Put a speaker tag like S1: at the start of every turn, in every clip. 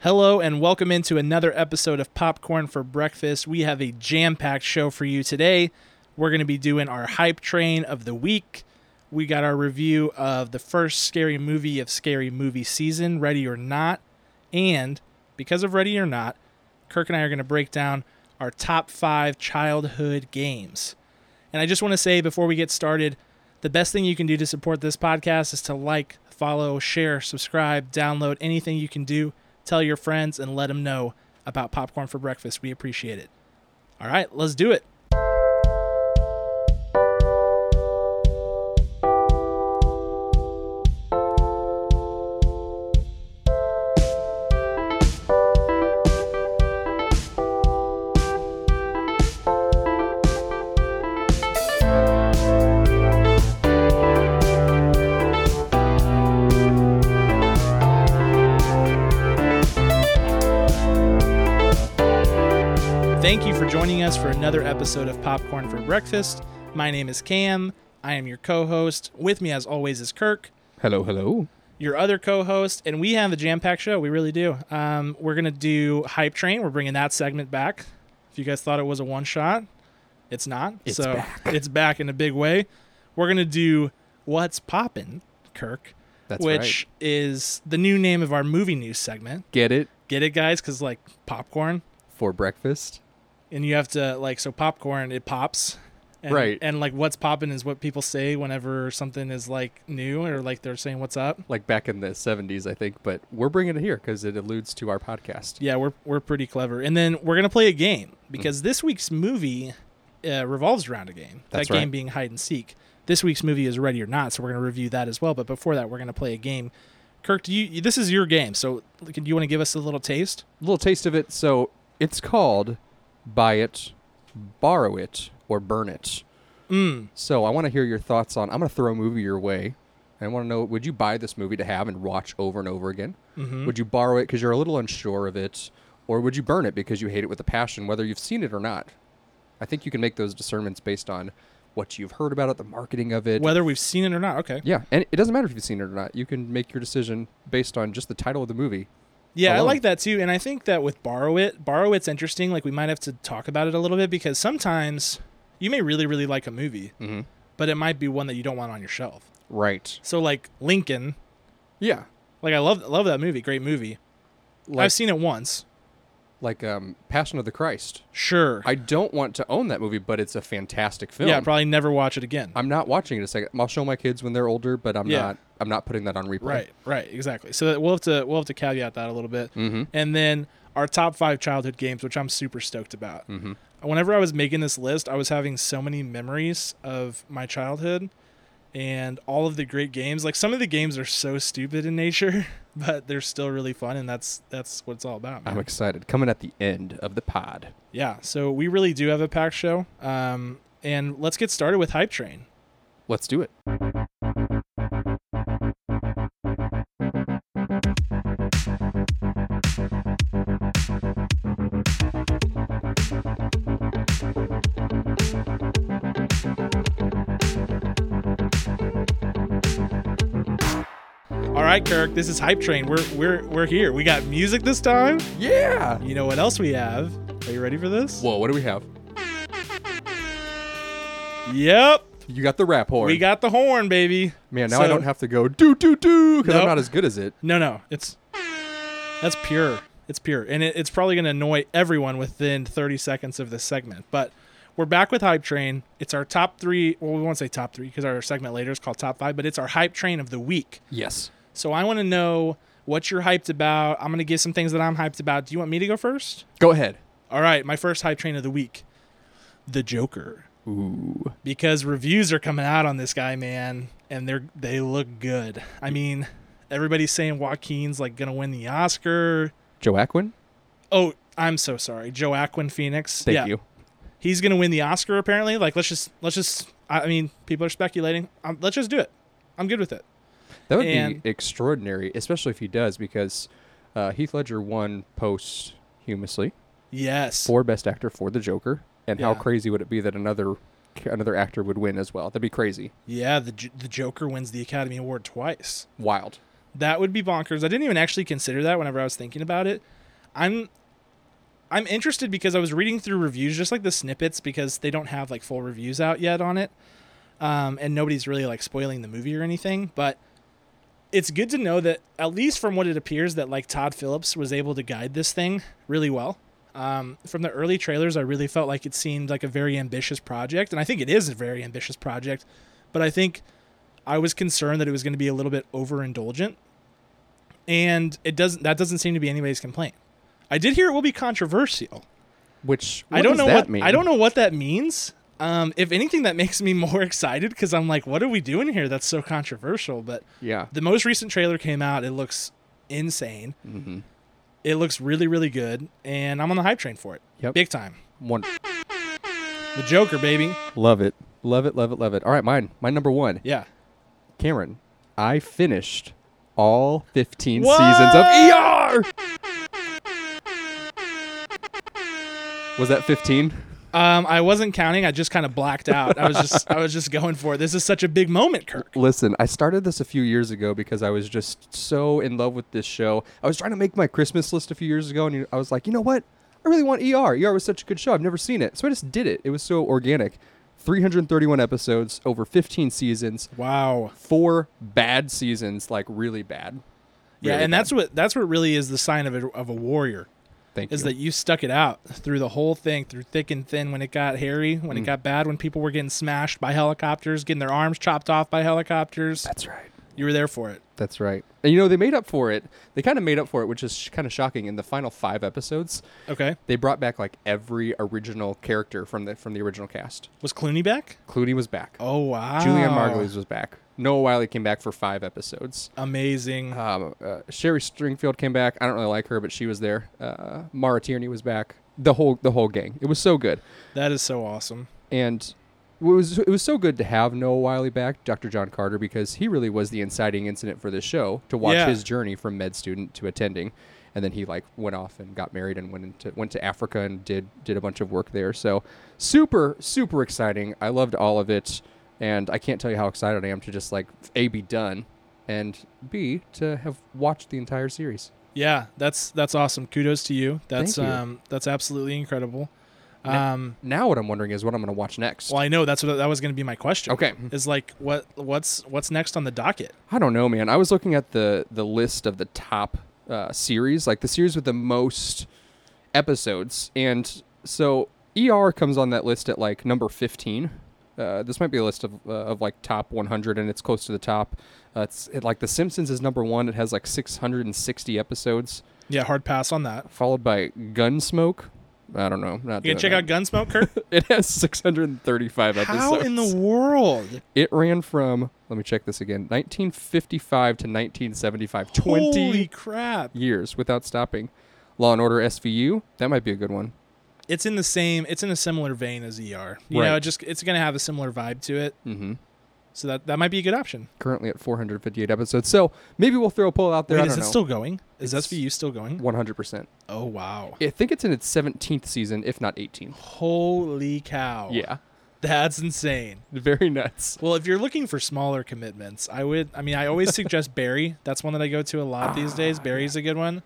S1: Hello and welcome into another episode of Popcorn for Breakfast. We have a jam packed show for you today. We're going to be doing our hype train of the week. We got our review of the first scary movie of scary movie season, Ready or Not. And because of Ready or Not, Kirk and I are going to break down our top five childhood games. And I just want to say before we get started, the best thing you can do to support this podcast is to like, follow, share, subscribe, download anything you can do. Tell your friends and let them know about Popcorn for Breakfast. We appreciate it. All right, let's do it. Thank you for joining us for another episode of Popcorn for Breakfast. My name is Cam. I am your co host. With me, as always, is Kirk,
S2: Hello, hello.
S1: your other co host, and we have a jam packed show. We really do. Um, we're going to do Hype Train. We're bringing that segment back. If you guys thought it was a one shot, it's not.
S2: It's
S1: so
S2: back.
S1: it's back in a big way. We're going to do What's Poppin', Kirk,
S2: That's
S1: which is the new name of our movie news segment.
S2: right. Get it
S1: Get it, guys? Because, like, popcorn.
S2: for breakfast.
S1: and you have to like so popcorn it pops and,
S2: Right.
S1: and like what's popping is what people say whenever something is like new or like they're saying what's up
S2: Like back in the 70s, I think, but we're bringing it here because it alludes to our podcast.
S1: yeah we're, we're pretty clever and then we're gonna play a game because this week's movie uh, revolves around a game
S2: That's
S1: that game
S2: right.
S1: being hide and seek this week's movie is ready or not so we're gonna review that as well but before that we're gonna play a game kirk do you this is your game so do you want to give us a little taste
S2: A little taste of it. So it's called Buy It, Borrow It, or Burn It.
S1: mm,
S2: So I want to hear your thoughts on. I'm going to throw a movie your way. And I want to know would you buy this movie to have and watch over and over again?
S1: Mhm.
S2: Would you borrow it because you're a little unsure of it? Or would you burn it because you hate it with a passion, whether you've seen it or not? I think you can make those discernments based on what you've heard about it, the marketing of it,
S1: whether we've seen it or not okay
S2: Yeah, and it doesn't matter if you've seen it or not. You can make your decision based on just the title of the movie.
S1: Yeah, I
S2: alone.
S1: like that too. And I think that with Borrow It, Borrow It's interesting. Like, we might have to talk about it a little bit because sometimes you may really, really like a movie,
S2: Mm-hmm.
S1: but it might be one that you don't want on your shelf.
S2: Right.
S1: So, like, Lincoln,
S2: Yeah.
S1: like, I love, love that movie. Great movie.
S2: Like
S1: I've seen it once.
S2: like um, Passion of the Christ.
S1: Sure.
S2: I don't want to own that movie, but it's a fantastic film.
S1: yeah, probably never watch it again.
S2: I'm not watching it a second. I'll show my kids when they're older, but I'm
S1: Yeah.
S2: not. I'm not putting that on replay.
S1: right, right, exactly. So, that we'll have to, we'll have to caveat that a little bit.
S2: Mm-hmm.
S1: And then our top five childhood games, which I'm super stoked about.
S2: Mm-hmm.
S1: whenever I was making this list, I was having so many memories of my childhood and all of the great games. Like some of the games are so stupid in nature, but they're still really fun, and that's that's what it's all about. man.
S2: I'm excited. Coming at the end of the pod.
S1: yeah, so we really do have a packed show, um, and let's get started with hype train.
S2: Let's do it.
S1: All right, Kirk, this is hype train. We're we're we're here. We got music this time.
S2: Yeah.
S1: You know what else we have? Are you ready for this?
S2: Whoa. What do we have?
S1: Yep,
S2: You got the rap horn.
S1: we got the horn, baby.
S2: Man, now
S1: So-
S2: I don't have to go do do do because
S1: Nope.
S2: I'm not as good as it.
S1: No, no, it's that's pure. It's pure, and it, it's probably going to annoy everyone within 30 seconds of this segment. But we're back with hype train. It's our top three. Well, we won't say top three because our segment later is called top five. But it's our hype train of the week.
S2: Yes.
S1: So I want to know what you're hyped about. I'm going to give some things that I'm hyped about. Do you want me to go first?
S2: Go ahead.
S1: All right, my first hype train of the week, the Joker,
S2: Ooh.
S1: because reviews are coming out on this guy, man, and they're they look good. I mean, everybody's saying Joaquin's like going to win the Oscar.
S2: Joe Aquin.
S1: Oh, I'm so sorry, Joe Aquin Phoenix.
S2: Thank
S1: yeah,
S2: you.
S1: he's gonna win the Oscar apparently. Like, let's just let's just. I I mean, people are speculating. Um, let's just do it. I'm good with it.
S2: That would
S1: And-
S2: be extraordinary, especially if he does, because uh, Heath Ledger won posthumously
S1: Yes.
S2: for Best Actor for The Joker. And how
S1: Yeah.
S2: crazy would it be that another another actor would win as well? That'd be crazy,
S1: Yeah, the J- the Joker wins the Academy Award twice.
S2: wild.
S1: That would be bonkers. I didn't even actually consider that whenever I was thinking about it. I'm I'm interested because I was reading through reviews, just like the snippets, because they don't have like full reviews out yet on it, um, and nobody's really like spoiling the movie or anything. But it's good to know that at least from what it appears that like Todd Phillips was able to guide this thing really well. Um, from the early trailers, I really felt like it seemed like a very ambitious project, and I think it is a very ambitious project. But I think I was concerned that it was going to be a little bit overindulgent, and it doesn't. That doesn't seem to be anybody's complaint. I did hear it will be controversial.
S2: Which
S1: I don't
S2: does
S1: know
S2: that
S1: what
S2: mean?
S1: I don't know what that means. Um, if anything, that makes me more excited because I'm like, what are we doing here? That's so controversial. But
S2: Yeah.
S1: the most recent trailer came out. It looks insane.
S2: Mhm.
S1: It looks really, really good, and I'm on the hype train for it.
S2: Yep.
S1: Big time.
S2: One.
S1: The Joker, baby.
S2: Love it. Love it. Love it. Love it. All right, mine. My number one,
S1: Yeah.
S2: Cameron. I finished all 15
S1: What?
S2: seasons of ER. Was that 15?
S1: Um, I wasn't counting. I just kind of blacked out. I was just, I was just going for it. This is such a big moment, Kirk.
S2: Listen, I started this a few years ago because I was just so in love with this show. I was trying to make my Christmas list a few years ago, and you- I was like, you know what? I really want ER. ER was such a good show. I've never seen it. So I just did it. It was so organic. 331 episodes, over 15 seasons,
S1: Wow.
S2: four bad seasons, like really bad.
S1: Yeah,
S2: Really
S1: and that's what that's what really is the sign of a, of a warrior
S2: Thank
S1: is
S2: you.
S1: that you stuck it out through the whole thing, through thick and thin. When it got hairy, when
S2: Mm.
S1: it got bad, when people were getting smashed by helicopters, getting their arms chopped off by helicopters,
S2: that's right.
S1: you were there for it.
S2: That's right. And you know, they made up for it. They kind of made up for it, which is kind of shocking. In the final five episodes,
S1: Okay.
S2: they brought back like every original character from the from the original cast.
S1: Was Clooney back?
S2: Clooney was back.
S1: Oh wow.
S2: Julianne Margulies was back. Noah Wiley came back for five episodes.
S1: Amazing.
S2: Um, uh, Sherry Stringfield came back. I don't really like her, but she was there. Uh, Mara Tierney was back. The whole the whole gang. It was so good,
S1: that is so awesome.
S2: and it was it was so good to have Noah Wiley back, Dr. John Carter, because he really was the inciting incident for this show. To watch
S1: Yeah.
S2: his journey from med student to attending, and then he like went off and got married and went into went to Africa and did did a bunch of work there. So super super exciting. I loved all of it, and I can't tell you how excited I am to just like a be done, and b to have watched the entire series.
S1: Yeah, that's that's awesome. Kudos to you. That's
S2: Thank you.
S1: um that's absolutely incredible.
S2: Na-
S1: Um
S2: Now what I'm wondering is what I'm going to watch next.
S1: well I know that's what that was going to be my question.
S2: Okay.
S1: Is like what what's what's next on the docket?
S2: I don't know, man. I was looking at the the list of the top uh, series, like the series with the most episodes, and so ER comes on that list at like number fifteen. Uh, this might be a list of uh, of like top 100, and it's close to the top. Uh, it's it, like The Simpsons is number one. It has like 660 episodes,
S1: Yeah, hard pass on that.
S2: followed by Gunsmoke. I don't know. Not
S1: You
S2: doing
S1: can check
S2: that.
S1: out Gunsmoke, Kirk.
S2: It has 635 episodes.
S1: How in the world?
S2: It ran from let me check this again. 1955 to 1975. 20
S1: Holy crap!
S2: years without stopping. Law and Order SVU, that might be a good one.
S1: It's in the same. It's in a similar vein as ER. You
S2: Right.
S1: know, it just it's going to have a similar vibe to it.
S2: Mm-hmm.
S1: So that that might be a good option.
S2: Currently at 458 episodes, so maybe we'll throw a poll out there.
S1: Wait,
S2: I
S1: is
S2: don't
S1: it
S2: know.
S1: still going? Is
S2: It's-
S1: SVU still going?
S2: 100%.
S1: Oh wow!
S2: I think it's in its 17th season, if not 18th.
S1: Holy cow!
S2: Yeah,
S1: that's insane.
S2: very nuts.
S1: Well, if you're looking for smaller commitments, I would. I mean, I always suggest Barry. That's one that I go to a lot these days. Barry's a good one.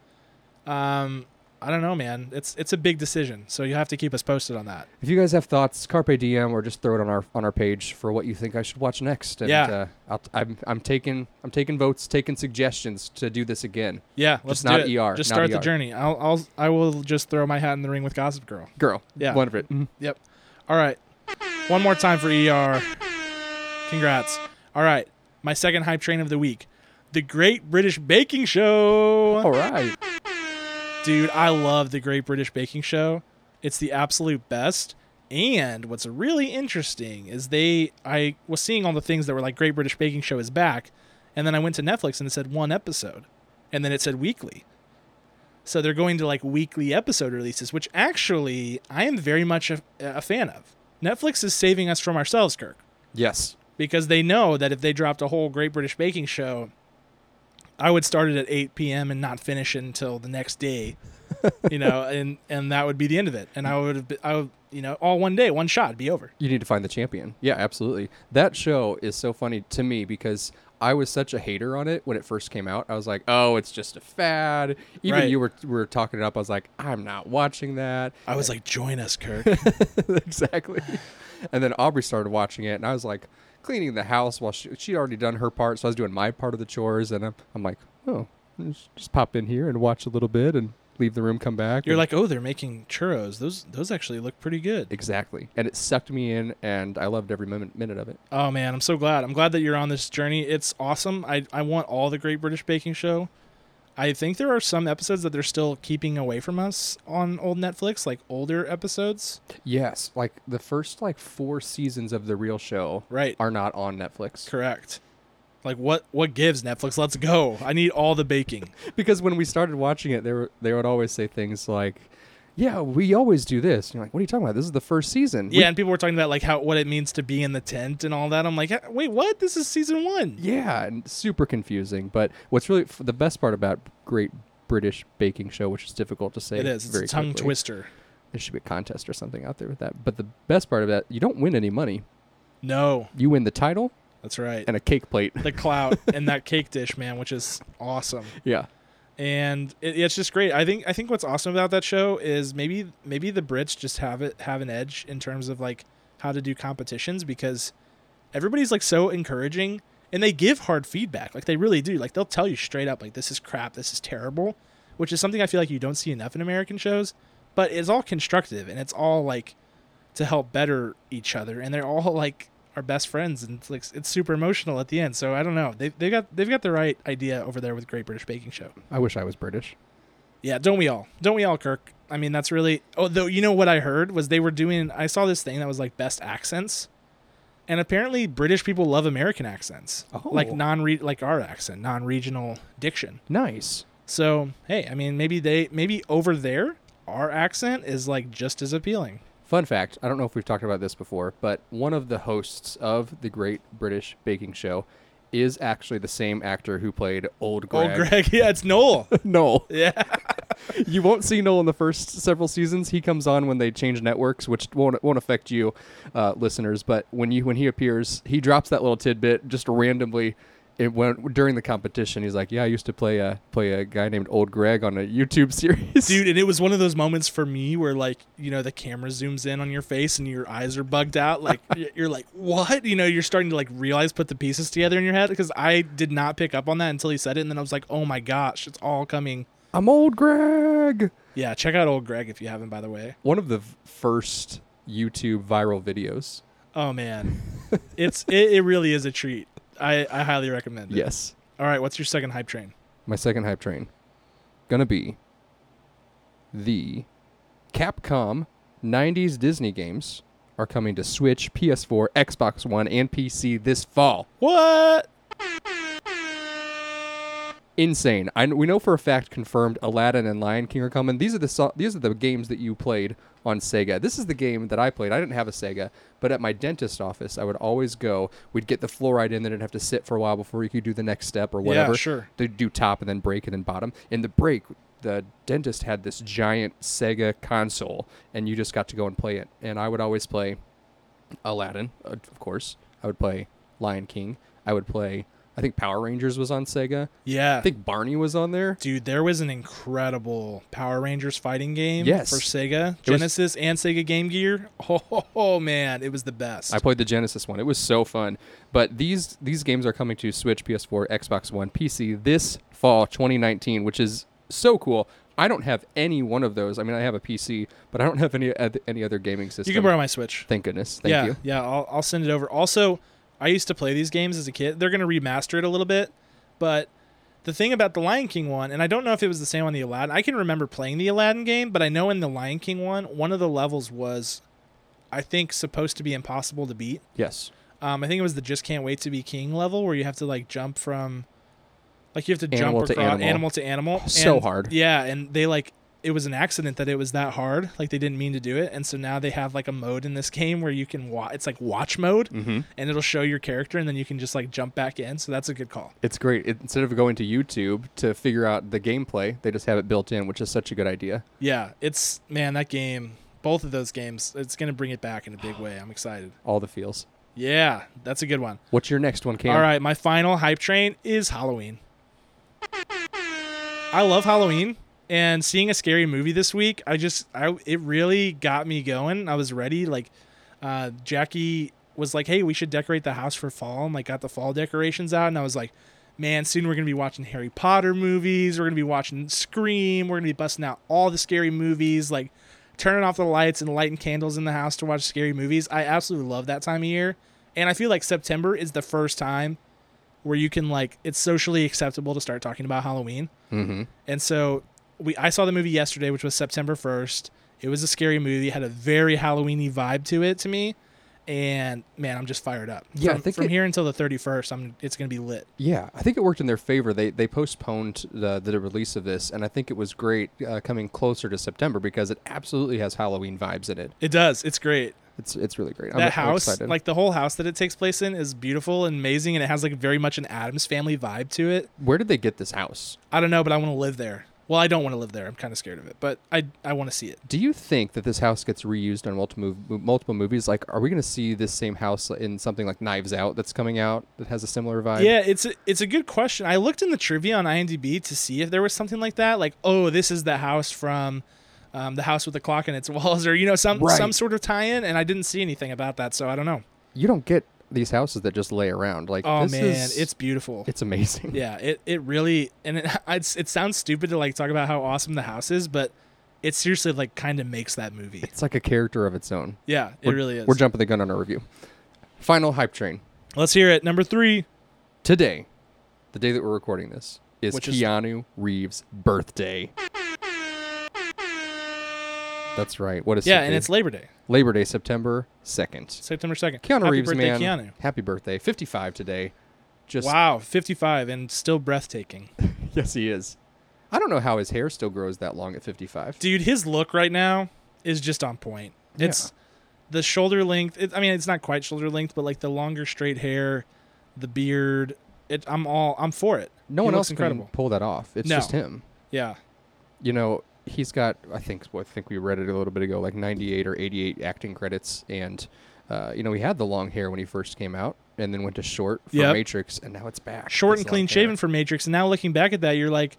S1: Um, I don't know, man. It's it's a big decision, so you have to keep us posted on that.
S2: If you guys have thoughts, carpe diem, or just throw it on our on our page for what you think I should watch next. And,
S1: Yeah.
S2: uh, I'll, I'm I'm taking I'm taking votes, taking suggestions to do this again.
S1: Yeah, let's
S2: not
S1: do it.
S2: ER,
S1: Just
S2: not
S1: start
S2: ER.
S1: the journey. I'll I'll I will just throw my hat in the ring with Gossip Girl.
S2: Girl,
S1: Yeah. Mm-hmm.
S2: one of it.
S1: Yep. All right. One more time for ER. Congrats. All right. My second hype train of the week, The Great British Baking Show.
S2: All right,
S1: Dude, I love the Great British Baking Show. It's the absolute best. And what's really interesting is they I was seeing all the things that were like Great British Baking Show is back, and then I went to Netflix and it said one episode. And then it said weekly. So they're going to like weekly episode releases, which actually I am very much a, a fan of. Netflix is saving us from ourselves, Kirk
S2: yes,
S1: because they know that if they dropped a whole Great British Baking Show, I would start it at 8 p.m. and not finish it until the next day, you know, and and that would be the end of it. And I would have, been, I would, you know, all one day, one shot, it'd be over.
S2: You need to find the champion. Yeah, absolutely. That show is so funny to me because I was such a hater on it when it first came out. I was like, "Oh, it's just a fad." Even
S1: Right.
S2: you were were talking it up. I was like, "I'm not watching that."
S1: I was like, join us, Kirk.
S2: exactly. And then Aubrey started watching it, and I was like cleaning the house while she she'd already done her part, so I was doing my part of the chores, and I'm, I'm like, "Oh, just just pop in here and watch a little bit, and leave the room, come back."
S1: You're
S2: and-
S1: like, oh, they're making churros. Those those actually look pretty good.
S2: Exactly. And it sucked me in, and I loved every moment, minute of it.
S1: Oh man, I'm so glad. I'm glad that you're on this journey. It's awesome. I I want all the Great British Baking Show. I think there are some episodes that they're still keeping away from us on old Netflix, like older episodes.
S2: Yes, like the first like four seasons of the real show
S1: Right.
S2: are not on Netflix
S1: Correct. Like what what gives Netflix? Let's go. I need all the baking.
S2: because when we started watching it, they were, they would always say things like, "Yeah, we always do this." And you're like, "What are you talking about? This is the first season." We-
S1: yeah, and people were talking about like how what it means to be in the tent and all that. I'm like, "Eh, wait, what? This is season one.
S2: yeah, and super confusing. But what's really f- the best part about Great British Baking Show, which is difficult to say,
S1: It is. It's
S2: very
S1: a tongue
S2: quickly.
S1: twister.
S2: There should be a contest or something out there with that. But the best part of that, you don't win any money.
S1: No,
S2: You win the title
S1: that's right.
S2: and a cake plate.
S1: the clout and that cake dish, man, which is awesome.
S2: yeah.
S1: And it, it's just great. I think I think what's awesome about that show is maybe maybe the Brits just have it have an edge in terms of like how to do competitions because everybody's like so encouraging and they give hard feedback. Like they really do. Like they'll tell you straight up like this is crap, this is terrible, which is something I feel like you don't see enough in American shows, but it's all constructive and it's all like to help better each other and they're all like our best friends and it's like it's super emotional at the end. So I don't know. They they got they've got the right idea over there with Great British Baking Show.
S2: I wish I was British.
S1: Yeah, don't we all? Don't we all, Kirk? I mean, that's really. Oh, though, you know what I heard was they were doing. I saw this thing that was like best accents, and apparently British people love American accents,
S2: Oh.
S1: like non like our accent, non-regional diction.
S2: Nice.
S1: So hey, I mean, maybe they maybe over there our accent is like just as appealing.
S2: Fun fact I don't know if we've talked about this before, but one of the hosts of the Great British Baking Show is actually the same actor who played Old Greg.
S1: Oh, Greg, yeah, it's Noel.
S2: Noel.
S1: yeah,
S2: You won't see Noel in the first several seasons. He comes on when they change networks, which won't won't affect you, uh, listeners. But when you when he appears, he drops that little tidbit just randomly. It went during the competition. He's like, "Yeah, I used to play a play a guy named Old Greg on a YouTube series."
S1: dude, and it was one of those moments for me where like you know the camera zooms in on your face and your eyes are bugged out. Like y- you're like, what? You know, you're starting to like realize put the pieces together in your head because I did not pick up on that until he said it, and then I was like, oh my gosh, it's all coming.
S2: I'm Old Greg.
S1: Yeah, check out old Greg if you haven't, by the way.
S2: one of the v- first YouTube viral videos.
S1: Oh man, it's it, it really is a treat. I I highly recommend it.
S2: Yes.
S1: All right, what's your second hype train?
S2: My second hype train. Gonna be the Capcom 90s Disney games are coming to Switch, PS4, Xbox One, and PC this fall.
S1: What?
S2: Insane. I, kn- we know for a fact confirmed Aladdin and Lion King are coming. These are the so- these are the games that you played on Sega. This is the game that I played. I didn't have a Sega, but at my dentist office, I would always go. We'd get the fluoride in, then it'd have to sit for a while before you could do the next step or whatever.
S1: Yeah, sure.
S2: they do top and then break and then bottom. In the break, the dentist had this giant Sega console, and you just got to go and play it. And I would always play Aladdin, uh, of course. I would play Lion King. I would play. I think Power Rangers was on Sega.
S1: Yeah.
S2: I think Barney was on there.
S1: Dude, there was an incredible Power Rangers fighting game
S2: Yes.
S1: for Sega,
S2: was-
S1: Genesis, and Sega Game Gear. Oh, ho, ho, man, it was the best.
S2: I played the Genesis one. It was so fun. But these these games are coming to Switch, PS4, Xbox One, PC this fall 2019, which is so cool. I don't have any one of those. I mean, I have a PC, but I don't have any oth- any other gaming system.
S1: you can borrow my Switch.
S2: Thank goodness. Thank
S1: yeah,
S2: you.
S1: yeah, I'll, I'll send it over. Also, I used to play these games as a kid. They're going to remaster it a little bit, but the thing about the Lion King one, and I don't know if it was the same on the Aladdin. I can remember playing the Aladdin game, but I know in the Lion King one, one of the levels was, I think, supposed to be impossible to beat.
S2: Yes.
S1: Um, I think it was the just can't wait to be king level where you have to like jump from, like you have to
S2: Animal
S1: jump
S2: to
S1: across
S2: animal.
S1: to animal.
S2: So
S1: And-
S2: hard.
S1: Yeah, and they like it was an accident that it was that hard. Like they didn't mean to do it, and so now they have like a mode in this game where you can watch. It's like watch mode,
S2: Mm-hmm.
S1: and it'll show your character, and then you can just like jump back in. So that's a good call.
S2: It's great. It, instead of going to YouTube to figure out the gameplay, they just have it built in, which is such a good idea.
S1: Yeah, it's man that game. Both of those games, it's gonna bring it back in a big way. I'm excited.
S2: All the feels.
S1: Yeah, that's a good one.
S2: What's your next one, Cam?
S1: All right, my final hype train is Halloween. I love Halloween, and seeing a scary movie this week, I just I it really got me going. I was ready. Like, uh, Jackie was like, "Hey, we should decorate the house for fall," and like got the fall decorations out, and I was like, "Man, soon we're gonna be watching Harry Potter movies. We're gonna be watching Scream. We're gonna be busting out all the scary movies. Like, turning off the lights and lighting candles in the house to watch scary movies. I absolutely love that time of year. And I feel like September is the first time where you can like it's socially acceptable to start talking about Halloween.
S2: Mm-hmm.
S1: And so we I saw the movie yesterday, which was September first. It was a scary movie, had a very Halloweeny vibe to it to me. And man, I'm just fired up.
S2: Yeah, I
S1: from,
S2: think
S1: from
S2: it-
S1: here until the 31st, I'm it's gonna be lit.
S2: Yeah, I think it worked in their favor. They they postponed the the release of this, and I think it was great uh, coming closer to September because it absolutely has Halloween vibes in it.
S1: It does. It's great.
S2: It's it's really great. I'm- e-,
S1: that
S2: I'm,
S1: house,
S2: excited.
S1: like the whole house that it takes place in, is beautiful and amazing, and it has like very much an Adams family vibe to it.
S2: where did they get this house?
S1: I don't know, but I want to live there. Well, I don't want to live there. I'm kind of scared of it, but I I want to see it.
S2: Do you think that this house gets reused on multiple mov- multiple movies? Like, are we going to see this same house in something like Knives Out that's coming out that has a similar vibe?
S1: yeah, it's a, it's a good question. I looked in the trivia on IMDb to see if there was something like that, like oh, this is the house from um, the house with the clock in its walls, or you know some
S2: Right.
S1: some sort of tie-in, and I didn't see anything about that, so I don't know.
S2: you don't get these houses that just lay around. Like,
S1: Oh
S2: this
S1: man,
S2: is-
S1: it's beautiful.
S2: it's amazing.
S1: yeah, it it really and it it's, it sounds stupid to like talk about how awesome the house is, but it seriously like kind of makes that movie.
S2: It's like a character of its own.
S1: Yeah, it
S2: We're-
S1: really is.
S2: We're jumping the gun on our review. Final hype train.
S1: Let's hear it. Number three.
S2: today, the day that we're recording this, is
S1: Which is-
S2: Keanu Reeves' birthday. That's right. What is
S1: Yeah,
S2: it,
S1: and
S2: dude?
S1: it's Labor Day,
S2: Labor Day, September second.
S1: September second.
S2: Keanu
S1: Happy
S2: Reeves,
S1: birthday,
S2: man.
S1: Keanu.
S2: Happy birthday. Fifty-five today. Just
S1: Wow, 55 and still breathtaking.
S2: yes, he is. I don't know how his hair still grows that long at fifty-five.
S1: Dude, his look right now is just on point. It's the shoulder length. It, I mean, it's not quite shoulder length, but like the longer straight hair, the beard. It, I'm all I'm for it.
S2: no
S1: He
S2: one
S1: looks
S2: else
S1: incredible.
S2: can pull that off. It's
S1: No.
S2: just him.
S1: Yeah.
S2: You know, he's got. I think. Well, I think we read it a little bit ago, like ninety-eight or eighty-eight acting credits, and uh, you know, he had the long hair when he first came out, and then went to short for
S1: Yep.
S2: Matrix, and now it's back.
S1: Short
S2: This
S1: and
S2: long
S1: clean shaven
S2: hair.
S1: for Matrix. And now looking back at that, you're like,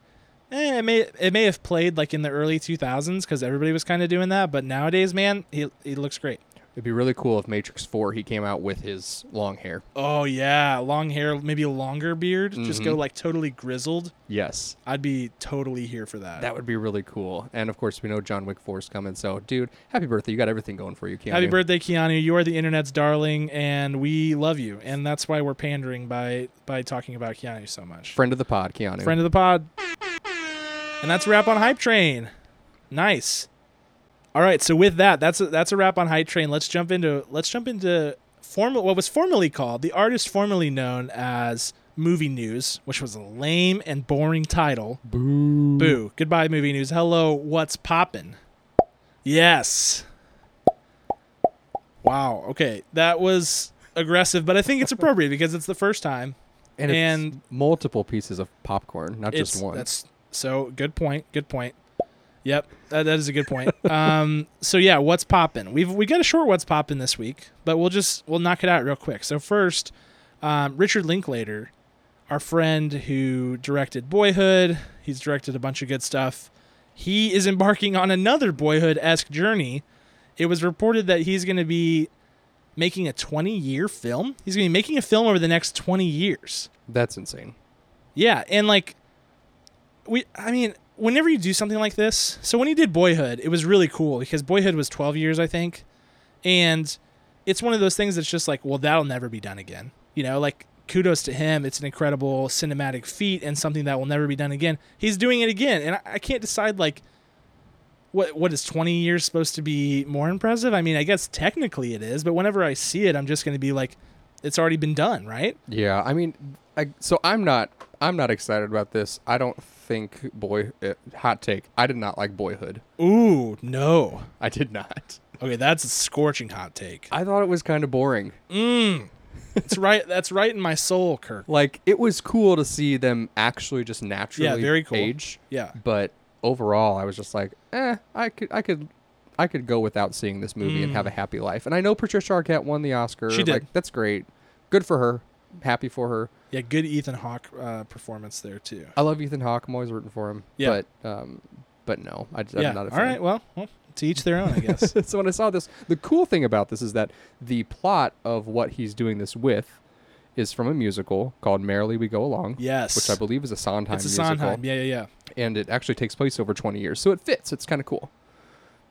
S1: eh, it may it may have played like in the early 2000s because everybody was kind of doing that. But nowadays, man, he he looks great.
S2: It'd be really cool if Matrix Four he came out with his long hair.
S1: Oh yeah, long hair, maybe a longer beard. Just go
S2: Mhm.
S1: like totally grizzled.
S2: Yes,
S1: I'd be totally here for that.
S2: that would be really cool. And of course, we know John Wick Four is coming. So, dude, happy birthday! You got everything going for you, Keanu.
S1: Happy birthday, Keanu! You are the internet's darling, and we love you, and that's why we're pandering by by talking about Keanu so much.
S2: friend of the pod, Keanu.
S1: Friend of the pod, and that's a wrap on hype train. Nice. All right, so with that, that's a, that's a wrap on hype train. Let's jump into let's jump into formal what was formerly called the artist formerly known as movie news, which was a lame and boring title.
S2: Boo.
S1: Boo. Goodbye, movie news. Hello, what's poppin'? Yes. Wow. Okay. That was aggressive, but I think it's appropriate because it's the first time.
S2: And, it's
S1: And-
S2: multiple pieces of popcorn, not
S1: It's,
S2: just one.
S1: That's so good point. Good point. Yep. That, that is a good point. um, so yeah, what's poppin'? We've we got a short what's poppin' this week, but we'll just we'll knock it out real quick. So first, um, Richard Linklater, our friend who directed Boyhood, he's directed a bunch of good stuff. He is embarking on another Boyhood esque journey. It was reported that he's going to be making a 20 year film. He's going to be making a film over the next 20 years.
S2: that's insane.
S1: Yeah, and like we I mean, whenever you do something like this, so when he did Boyhood, it was really cool because Boyhood was 12 years, I think. And it's one of those things that's just like, well, that'll never be done again. You know, like kudos to him. It's an incredible cinematic feat and something that will never be done again. He's doing it again, and I, I can't decide like what what is 20 years supposed to be more impressive? I mean, I guess technically it is, but whenever I see it, I'm just going to be like it's already been done, right?
S2: Yeah, I mean, I, so I'm not I'm not excited about this. I don't think boy uh, hot take. I did not like Boyhood.
S1: Ooh, no.
S2: I did not.
S1: Okay, that's a scorching hot take.
S2: I mm. thought it was kind of boring.
S1: It's right. That's right in my soul, Kirk.
S2: Like it was cool to see them actually just naturally
S1: very cool.
S2: age,
S1: Yeah,
S2: but overall I was just like, "Eh, I could I could I could go without seeing this movie and have a happy life. And I know Patricia Arquette won the Oscar.
S1: Hmm. She did.
S2: Like, that's great. Good for her. Happy for her.
S1: Yeah, good Ethan Hawke uh, performance there too.
S2: I love Ethan Hawke. I'm always rooting for him.
S1: Yeah.
S2: But um, but no, I, am
S1: yeah.
S2: not a fan.
S1: All right. Well, well, to each their own, I guess.
S2: so when I saw this, the cool thing about this is that the plot of what he's doing this with is from a musical called Merrily We Go Along,
S1: yes.
S2: which I believe is a Sondheim
S1: It's a
S2: musical,
S1: Sondheim. Yeah, yeah, yeah.
S2: and it actually takes place over 20 years, so it fits. It's kind of cool.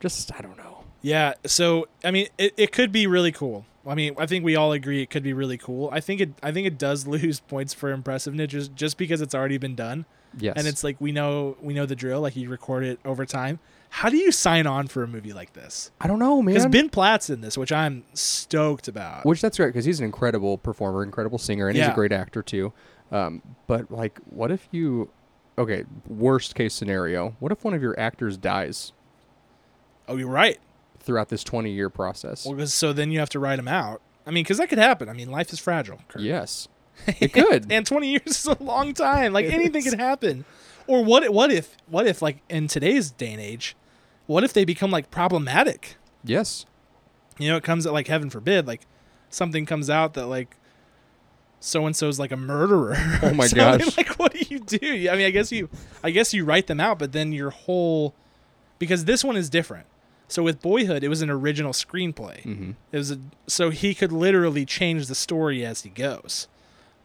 S2: Just I don't know.
S1: Yeah. So I mean, it, it could be really cool. I mean, I think we all agree it could be really cool. I think it I think it does lose points for impressiveness just, just because it's already been done,
S2: Yes,
S1: and it's like we know we know the drill. Like you record it over time. How do you sign on for a movie like this?
S2: I don't know,
S1: Because
S2: man.
S1: Ben Platt's in this, which I'm stoked about.
S2: which that's right because he's an incredible performer, incredible singer, and he's
S1: Yeah.
S2: a great actor too. Um, but like, what if you? Okay, worst case scenario. What if one of your actors dies
S1: oh, you're right.
S2: throughout this 20 year process?
S1: Well, 'cause- so then you have to write him out. I mean, because that could happen. I mean, life is fragile. Kurt.
S2: Yes, it could.
S1: and 20 years is a long time like
S2: It
S1: anything
S2: is.
S1: could happen or what what if what if like in today's day and age what if they become like problematic
S2: yes,
S1: you know it comes at like heaven forbid like something comes out that like so and so's like a murderer or
S2: Oh my
S1: something.
S2: gosh.
S1: like what do you do Yeah, i mean i guess you i guess you write them out but then your whole because this one is different so with boyhood it was an original screenplay
S2: Hmm. Mm-hmm.
S1: it was a, so he could literally change the story as he goes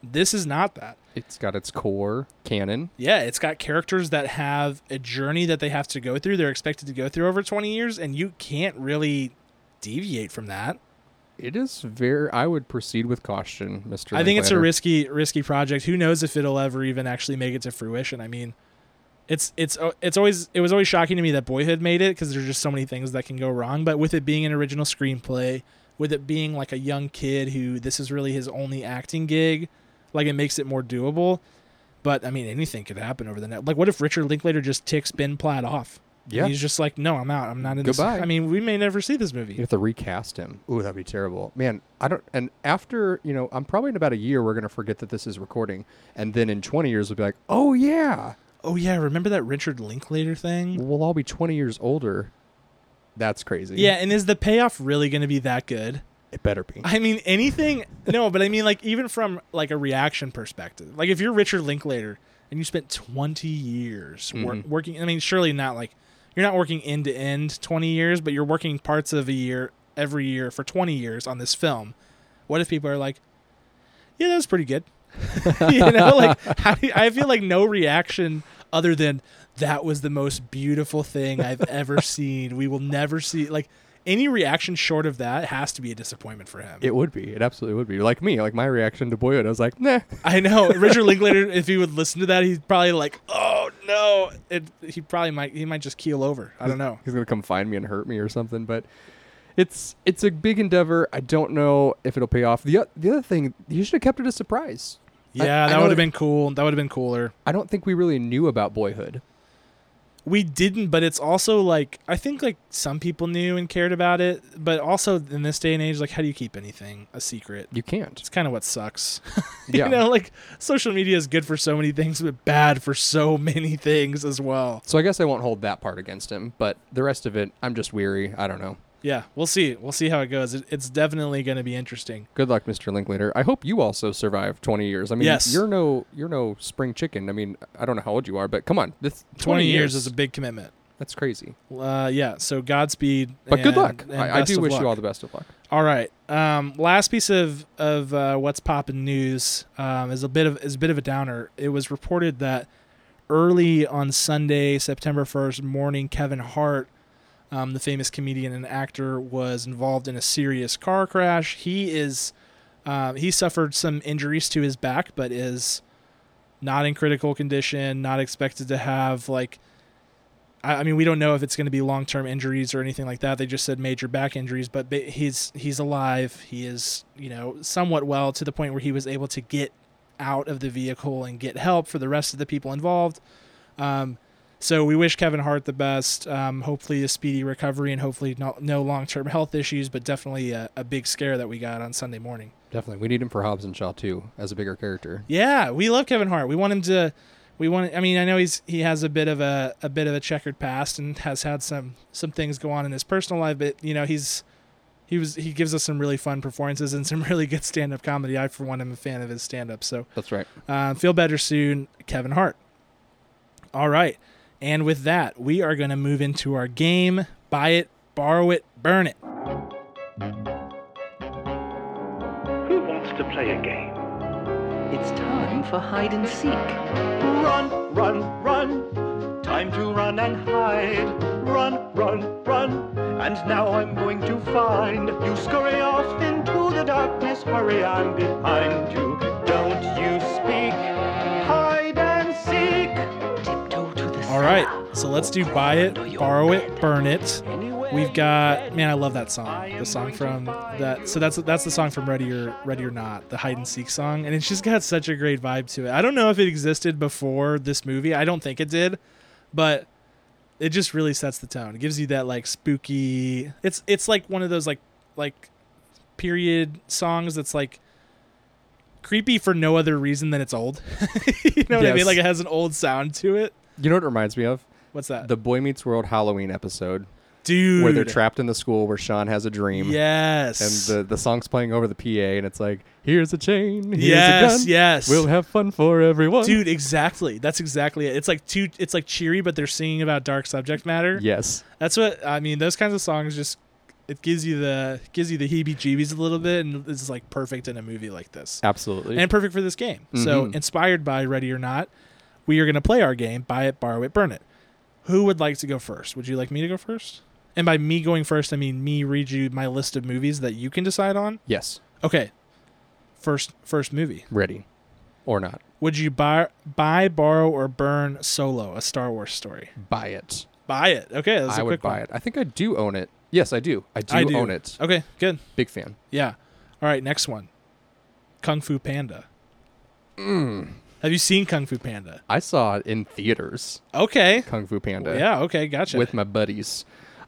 S1: this is not that
S2: it's got its core canon.
S1: yeah, it's got characters that have a journey that they have to go through. They're expected to go through over 20 years, and you can't really deviate from that.
S2: It is very. I would proceed with caution, Mister.
S1: I think it's a risky, risky project. Who knows if it'll ever even actually make it to fruition? I mean, it's it's uh, it's always it was always shocking to me that Boyhood made it because there's just so many things that can go wrong. But with it being an original screenplay, with it being like a young kid who this is really his only acting gig, like it makes it more doable. But I mean, anything could happen over the net. Like, what if Richard Linklater just ticks Ben Platt off? And
S2: Yeah.
S1: he's just like, no, I'm out. I'm not in
S2: Goodbye.
S1: this. I mean, we may never see this movie.
S2: You have to recast him. Ooh, that'd be terrible, man. I don't. And after you know, I'm probably in about a year. We're gonna forget that this is recording, and then in 20 years, we'll be like, oh yeah,
S1: Oh yeah, remember that Richard Linklater thing?
S2: we'll all be 20 years older. That's crazy.
S1: Yeah, and is the payoff really going to be that good?
S2: it better be.
S1: I mean, anything. no, but I mean, like even from like a reaction perspective, like if you're Richard Linklater and you spent 20 years wor-
S2: Mhm.
S1: working, I mean, surely not like you're not working end to end 20 years, but you're working parts of a year every year for 20 years on this film. What if people are like, "Yeah, that was pretty good," you know? Like, how do you- I feel like no reaction other than that was the most beautiful thing I've ever seen. We will never see like. Any reaction short of that has to be a disappointment for him.
S2: It would be. It absolutely would be. Like me. Like my reaction to Boyhood. I was like, nah.
S1: I know Richard Linklater. if he would listen to that, he's probably like, "Oh no!" It, he probably might. He might just keel over. I don't know.
S2: he's gonna come find me and hurt me or something. But it's it's a big endeavor. I don't know if it'll pay off. The o- the other thing, you should have kept it a surprise. I-
S1: Yeah,
S2: I
S1: that
S2: know
S1: would have
S2: it-
S1: been cool. That would have been cooler.
S2: I don't think we really knew about Boyhood.
S1: We didn't, but it's also like I think like some people knew and cared about it, but also in this day and age, like how do you keep anything a secret?
S2: You can't.
S1: It's kind of what sucks.
S2: Yeah.
S1: you know, like social media is good for so many things, but bad for so many things as well.
S2: So I guess I won't hold that part against him. But the rest of it, I'm just weary. I don't know.
S1: Yeah, we'll see. We'll see how it goes. It, it's definitely going to be interesting.
S2: Good luck, Mr. Linklater. I hope you also survive 20 years. I mean,
S1: Yes.
S2: you're no you're no spring chicken. I mean, I don't know how old you are, but come on, this 20,
S1: 20 years is a big commitment.
S2: that's crazy.
S1: Uh, yeah. So Godspeed.
S2: But good
S1: and-
S2: luck.
S1: and
S2: I, I
S1: best
S2: do
S1: of
S2: wish
S1: luck.
S2: you all the best of luck.
S1: All right. Um, last piece of of uh, what's poppin' news um, is a bit of is a bit of a downer. It was reported that early on Sunday, September first morning, Kevin Hart, um, the famous comedian and actor, was involved in a serious car crash. He is um, he suffered some injuries to his back, but is not in critical condition. Not expected to have like I, I mean, we don't know if it's going to be long term injuries or anything like that. They just said major back injuries, but ba- he's he's alive. He is you know somewhat well to the point where he was able to get out of the vehicle and get help for the rest of the people involved. Um, so we wish Kevin Hart the best. Um, hopefully a speedy recovery and hopefully no, no long term health issues, but definitely a, a big scare that we got on Sunday morning.
S2: Definitely, we need him for Hobbs and Shaw too as a bigger character.
S1: Yeah, we love Kevin Hart. We want him to. we want. I mean, I know he's he has a bit of a a bit of a checkered past and has had some some things go on in his personal life, but you know he's he was he gives us some really fun performances and some really good stand up comedy. I for one am a fan of his stand up. So
S2: That's right.
S1: uh, feel better soon, Kevin Hart. All right, and with that, we are going to move into our game. Buy it, borrow it, burn it.
S3: Who wants to play a game?
S4: It's time for hide and seek.
S3: Run, run, run. Time to run and hide. Run, run, run. And now I'm going to find you. Scurry off into the darkness. Hurry, I'm behind you. Don't you speak. Hide and seek.
S4: Tiptoe to the
S1: All right, so let's do buy it, borrow it, burn it. We've got man, I love that song. The song from that. So that's that's the song from Ready or Ready or Not, the hide and seek song, and it's just got such a great vibe to it. I don't know if it existed before this movie. I don't think it did, but it just really sets the tone. It gives you that like spooky. It's it's like one of those like like period songs that's like creepy for no other reason than it's old. you know what I
S2: Yes.
S1: mean? Like it has an old sound to it.
S2: You know what it reminds me of?
S1: What's that?
S2: The Boy Meets World Halloween episode
S1: dude
S2: where they're trapped in the school where Sean has a dream.
S1: Yes.
S2: And the, the song's playing over the PA, and it's like, here's a chain, here's a
S1: yes,
S2: gun.
S1: yes.
S2: We'll have fun for everyone.
S1: Dude, exactly. That's exactly it. It's like too it's like cheery, but they're singing about dark subject matter.
S2: Yes.
S1: That's what I mean, those kinds of songs just it gives you the gives you the heebie jeebies a little bit and this is like perfect in a movie like this.
S2: Absolutely.
S1: And perfect for this game. So
S2: Mhm.
S1: inspired by Ready or Not, we are gonna play our game, buy it, borrow it, burn it. Who would like to go first? Would you like me to go first? And by me going first, I mean me read you my list of movies that you can decide on.
S2: yes.
S1: Okay. First first movie.
S2: Ready. Or not.
S1: Would you buy, buy, borrow, or burn Solo, a Star Wars story?
S2: Buy it.
S1: Buy it. Okay, that's a
S2: I would
S1: quick
S2: buy
S1: one.
S2: it. I think I do own it. Yes, I do. I do,
S1: I do
S2: own it.
S1: Okay, good.
S2: Big fan.
S1: Yeah. All right, next one. Kung Fu Panda.
S2: Mm.
S1: Have you seen Kung Fu Panda?
S2: I saw it in theaters,
S1: Okay.
S2: Kung Fu Panda.
S1: Oh, Yeah. Okay. Gotcha.
S2: with my buddies.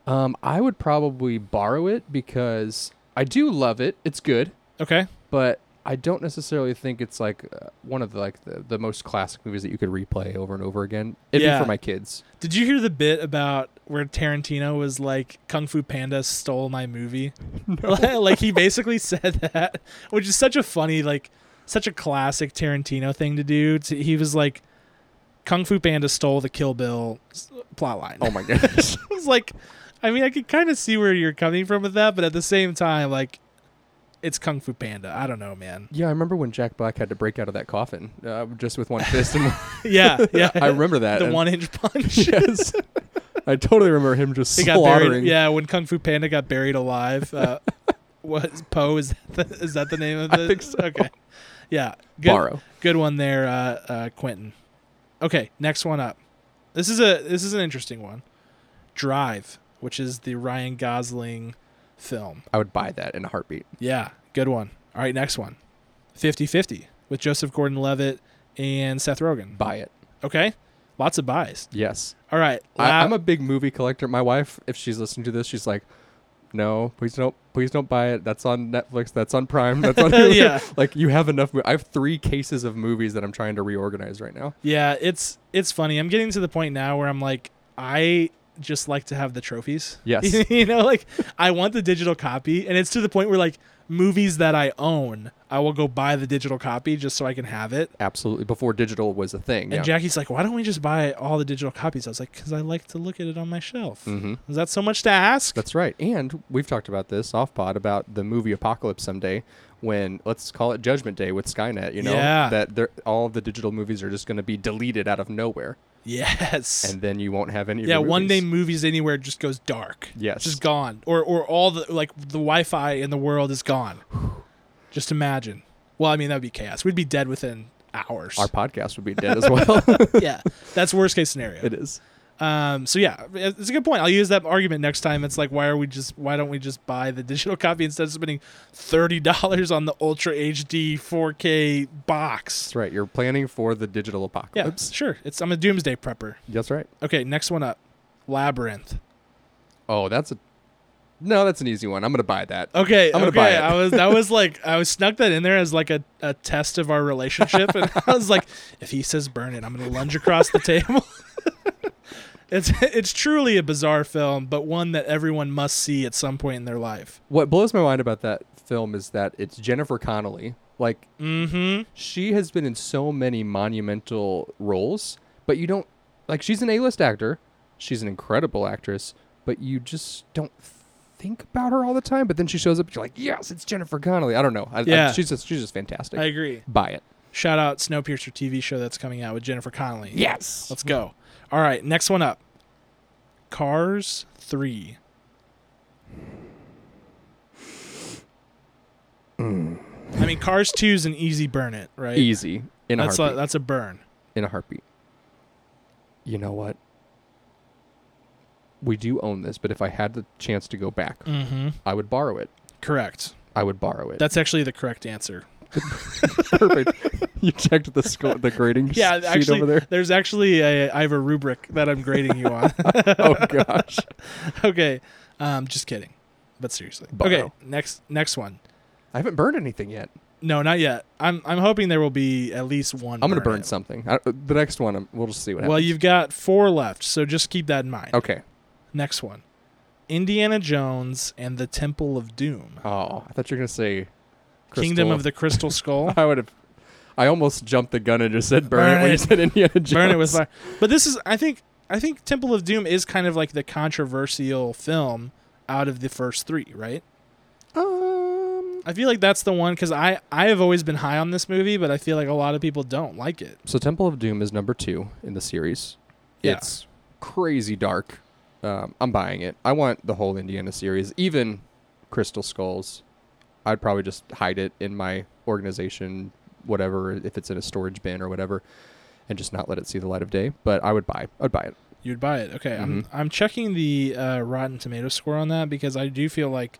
S2: Um, I would probably borrow it because I do love it. It's good,
S1: okay.
S2: but I don't necessarily think it's like uh, one of the, like the, the most classic movies that you could replay over and over again. It'd
S1: Yeah.
S2: be for my kids.
S1: Did you hear the bit about where Tarantino was like, "Kung Fu Panda stole my movie"? like he basically said that, which is such a funny, like, such a classic Tarantino thing to do. To, he was like, "Kung Fu Panda stole the Kill Bill s- plotline."
S2: Oh my gosh.
S1: I was like, I mean, I could kind of see where you're coming from with that, but at the same time, like, it's Kung Fu Panda. I don't know, man.
S2: yeah, I remember when Jack Black had to break out of that coffin uh, just with one fist. And
S1: Yeah, yeah.
S2: I remember that.
S1: the
S2: and-
S1: one-inch punch.
S2: Yes. I totally remember him just
S1: He got
S2: slaughtering.
S1: buried. Yeah, when Kung Fu Panda got buried alive. Uh, what Poe is that? The, is that the name of
S2: I
S1: the?
S2: think so.
S1: Okay. Yeah. Good,
S2: Borrow.
S1: Good one there, uh, uh, Quentin. Okay, next one up. This is a this is an interesting one. Drive, which is the Ryan Gosling film.
S2: I would buy that in a heartbeat.
S1: Yeah, good one. All right, next one. 50-50 with Joseph Gordon-Levitt and Seth Rogen.
S2: Buy it.
S1: Okay, lots of buys.
S2: Yes.
S1: All right,
S2: I,
S1: la-
S2: I'm a big movie collector. My wife, if she's listening to this, she's like, "No, please don't, please don't buy it. That's on Netflix. That's on Prime. That's on Hulu."
S1: Yeah.
S2: like you have enough. mo- I have three cases of movies that I'm trying to reorganize right now.
S1: Yeah, it's it's funny. I'm getting to the point now where I'm like, I just like to have the trophies.
S2: Yes.
S1: you know, like I want the digital copy, and it's to the point where like movies that I own, I will go buy the digital copy just so I can have it.
S2: Absolutely. Before digital was a thing.
S1: And
S2: yeah.
S1: Jackie's like, "Why don't we just buy all the digital copies?" I was like, "Cause I like to look at it on my shelf.
S2: Mhm.
S1: Is that so much to ask?"
S2: That's right. And we've talked about this off pod about the movie Apocalypse someday when let's call it Judgment Day with Skynet. You know
S1: Yeah.
S2: that they're, all of the digital movies are just going to be deleted out of nowhere,
S1: yes.
S2: and then you won't have any. of
S1: yeah,
S2: your
S1: one day
S2: movies.
S1: movies anywhere just goes dark.
S2: Yes.
S1: just gone, or or all the like the Wi-Fi in the world is gone. just imagine. Well, I mean that'd be chaos. We'd be dead within hours.
S2: Our podcast would be dead as well.
S1: yeah, that's worst case scenario.
S2: it is.
S1: Um, so yeah, it's a good point. I'll use that argument next time. It's like why are we just why don't we just buy the digital copy instead of spending thirty dollars on the Ultra HD 4K box?
S2: That's right. You're planning for the digital
S1: Yeah,
S2: apocalypse.
S1: sure. It's I'm a doomsday prepper.
S2: That's right.
S1: Okay, next one up, Labyrinth.
S2: Oh, that's a No, that's an easy one. I'm gonna buy that.
S1: Okay,
S2: I'm gonna
S1: okay.
S2: buy it.
S1: I was that was like I was snuck that in there as like a, a test of our relationship, and I was like, if he says burn it, I'm gonna lunge across the table. it's it's truly a bizarre film, but one that everyone must see at some point in their life.
S2: What blows my mind about that film is that it's Jennifer Connelly. Like
S1: Mm-hmm.
S2: she has been in so many monumental roles, but you don't like she's an A-list actor. She's an incredible actress, but you just don't think about her all the time. But then she shows up, you're like, yes, it's Jennifer Connelly. I don't know. I, I-
S1: Yeah.
S2: she's just she's just fantastic.
S1: I agree.
S2: Buy it.
S1: Shout out Snowpiercer TV show that's coming out with Jennifer Connelly.
S2: Yes.
S1: Let's go. All right, next one up. Cars 3. I mean, Cars 2 is an easy burn it, right?
S2: Easy in a
S1: That's a,
S2: heartbeat.
S1: that's a burn.
S2: in a heartbeat. You know what? We do own this, but if I had the chance to go back,
S1: Mm-hmm.
S2: I would borrow it.
S1: Correct.
S2: I would borrow it.
S1: That's actually the correct answer.
S2: perfect. you checked the score, the grading
S1: Yeah,
S2: sheet
S1: actually,
S2: over there.
S1: there's actually a I have a rubric that I'm grading you on.
S2: Oh gosh.
S1: okay, um, just kidding, but seriously. Okay,
S2: Borrow.
S1: next next one.
S2: I haven't burned anything yet.
S1: No, not yet. I'm I'm hoping there will be at least one.
S2: I'm gonna burn
S1: it.
S2: something. I, the next one, i we'll just see what happens.
S1: Well, you've got four left, so just keep that in mind.
S2: okay.
S1: Next one Indiana Jones and the Temple of Doom.
S2: Oh, I thought you were gonna say
S1: Kingdom
S2: Crystal.
S1: of the Crystal Skull.
S2: I would have. I almost jumped the gun and just said burn,
S1: Burn
S2: it when you
S1: it.
S2: said Indiana Jones.
S1: Burn it with fire. But this is, I think, I think Temple of Doom is kind of like the controversial film out of the first three, right?
S2: Um.
S1: I feel like that's the one because I I have always been high on this movie, but I feel like a lot of people don't like it.
S2: So Temple of Doom is number two in the series.
S1: Yeah.
S2: It's crazy dark. Um, I'm buying it. I want the whole Indiana series, even Crystal Skulls. I'd probably just hide it in my organization, whatever, if it's in a storage bin or whatever, and just not let it see the light of day. But I would buy. I'd buy it.
S1: You'd buy it. Okay, I'm
S2: Mm-hmm.
S1: I'm checking the uh, Rotten Tomato score on that because I do feel like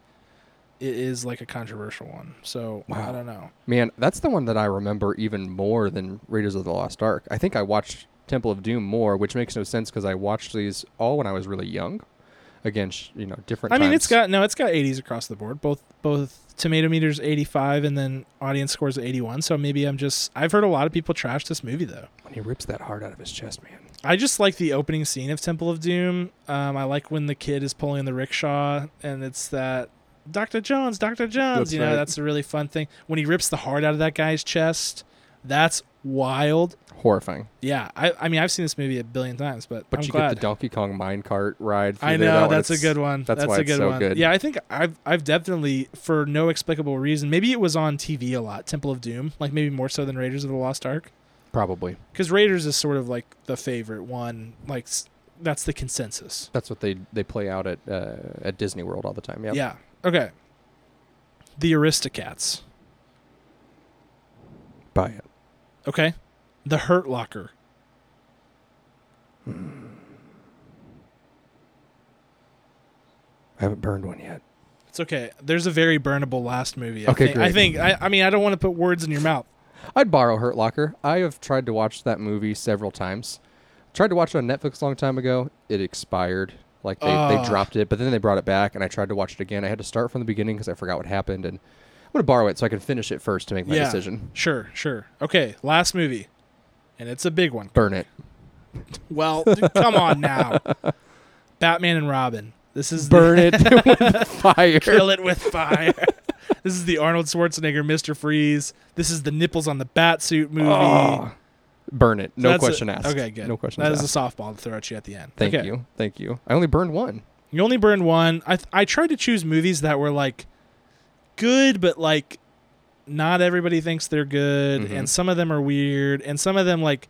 S1: it is like a controversial one. So I
S2: Wow.
S1: don't know.
S2: Man, that's the one that I remember even more than Raiders of the Lost Ark. I think I watched Temple of Doom more, which makes no sense because I watched these all when I was really young. Again, sh- you know, different.
S1: I mean, it's
S2: times.
S1: got no, it's got 80s across the board. Both both tomato meters 85 and then audience scores 81. So maybe I'm just I've heard a lot of people trash this movie though.
S2: And he rips that heart out of his chest, man.
S1: I just like the opening scene of Temple of Doom. Um, I like when the kid is pulling the rickshaw and it's that Dr. Jones, Dr. Jones.
S2: That's
S1: you know,
S2: right.
S1: that's a really fun thing. When he rips the heart out of that guy's chest, that's wild.
S2: Horrifying.
S1: Yeah, I, I mean I've seen this movie a billion times, but
S2: But
S1: I'm
S2: you
S1: glad.
S2: get the Donkey Kong minecart ride. through
S1: I
S2: there. That
S1: know
S2: one,
S1: that's a
S2: it's-
S1: good one.
S2: That's,
S1: That's,
S2: why
S1: a
S2: it's
S1: good
S2: so
S1: one.
S2: good.
S1: Yeah, I think I've I've definitely for no explicable reason. Maybe it was on TV a lot. Temple of Doom, like maybe more so than Raiders of the Lost Ark,
S2: probably.
S1: because Raiders is sort of like the favorite one. Like s- that's the consensus.
S2: That's what they they play out at uh, at Disney World all the time. Yeah.
S1: Yeah. Okay. The Aristocats.
S2: Buy it.
S1: Okay. The Hurt Locker.
S2: I haven't burned one yet.
S1: It's okay. There's a very burnable last movie. I
S2: Okay,
S1: think, I
S2: great.
S1: think. I, I mean, I don't want to put words in your mouth.
S2: I'd borrow Hurt Locker. I have tried to watch that movie several times. Tried to watch it on Netflix a long time ago. It expired. Like they,
S1: Ah.
S2: they dropped it, but then they brought it back, and I tried to watch it again. I had to start from the beginning because I forgot what happened, and I'm gonna borrow it so I can finish it first to make my
S1: yeah.
S2: decision.
S1: Sure. Sure. Okay. Last movie, and it's a big one.
S2: Burn it.
S1: Well, dude, come on now. Batman and Robin. This is
S2: Burn it with fire.
S1: the kill it with fire. this is the Arnold Schwarzenegger Mr. Freeze. This is the nipples on the batsuit movie.
S2: Oh, burn it. No
S1: Ah. That's a-
S2: question asked.
S1: Okay, good.
S2: No question
S1: That
S2: asked.
S1: is a softball to throw at you at the end.
S2: Thank
S1: Okay.
S2: you. Thank you. I only burned one.
S1: You only burned one. I th- I tried to choose movies that were like good, but like not everybody thinks they're good,
S2: Mhm.
S1: and some of them are weird, and some of them like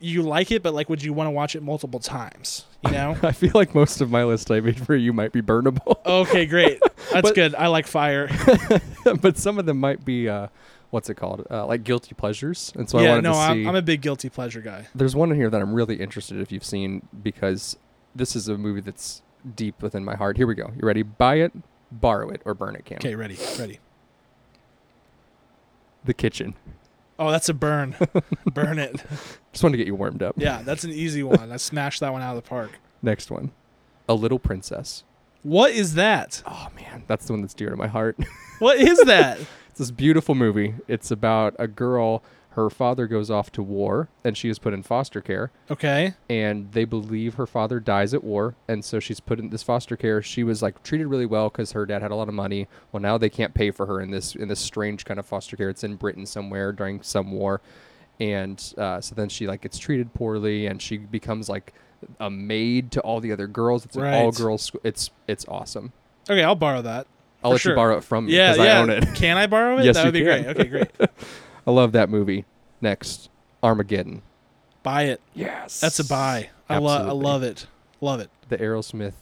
S1: you like it, but like would you want to watch it multiple times? You know.
S2: I feel like most of my list I made for you might be burnable,
S1: Okay, great. That's
S2: But-
S1: good. I like fire. Oh.
S2: but some of them might be, uh, what's it called? Uh, like guilty pleasures. And so I
S1: yeah,
S2: wanted
S1: no,
S2: to see.
S1: I'm, I'm a big guilty pleasure guy.
S2: There's one in here that I'm really interested if you've seen because this is a movie that's deep within my heart. Here we go. You ready? Buy it, borrow it, or burn it, Cam.
S1: Okay, ready, ready.
S2: The kitchen.
S1: Oh, that's a burn. burn it.
S2: Just wanted to get you warmed up.
S1: Yeah, that's an easy one. I smashed that one out of the park.
S2: Next one. A Little Princess.
S1: What is that?
S2: Oh man, that's the one that's dear to my heart.
S1: What is that?
S2: it's this beautiful movie. It's about a girl. Her father goes off to war, and she is put in foster care.
S1: okay.
S2: and they believe her father dies at war and so she's put in this foster care she was like treated really well because her dad had a lot of money well now they can't pay for her in this in this strange kind of foster care it's in britain somewhere during some war and uh, so then she like gets treated poorly and she becomes like a maid to all the other girls it's
S1: Right.
S2: an all girls school it's it's awesome
S1: Okay, I'll borrow that.
S2: i'll
S1: For
S2: let
S1: sure.
S2: you borrow it from me
S1: Yeah,
S2: because
S1: yeah.
S2: Mm, i own it
S1: Can I borrow it?
S2: Yes,
S1: that
S2: you
S1: would be
S2: can.
S1: great. Okay, great.
S2: i love that movie next armageddon
S1: buy it.
S2: yes
S1: That's a buy. I love I
S2: Absolutely.
S1: love it. Love it.
S2: the aerosmith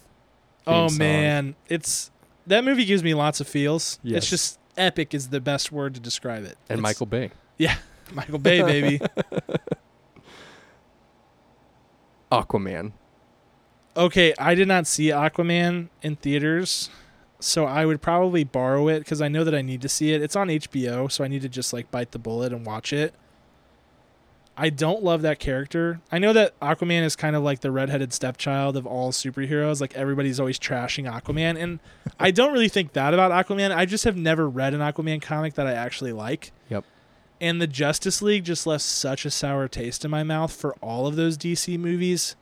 S1: Oh
S2: song.
S1: man, it's that movie gives me lots of feels. It's
S2: Yes.
S1: just epic is the best word to describe it.
S2: and
S1: It's-
S2: michael bay
S1: Yeah. Michael Bay baby.
S2: aquaman
S1: okay, I did not see Aquaman in theaters, so I would probably borrow it because I know that I need to see it. It's on HBO, so I need to just like bite the bullet and watch it. I don't love that character. I know that Aquaman is kind of like the redheaded stepchild of all superheroes. Like everybody's always trashing Aquaman, and I don't really think that about Aquaman. I just have never read an Aquaman comic that I actually like.
S2: Yep.
S1: And the Justice League just left such a sour taste in my mouth for all of those DC movies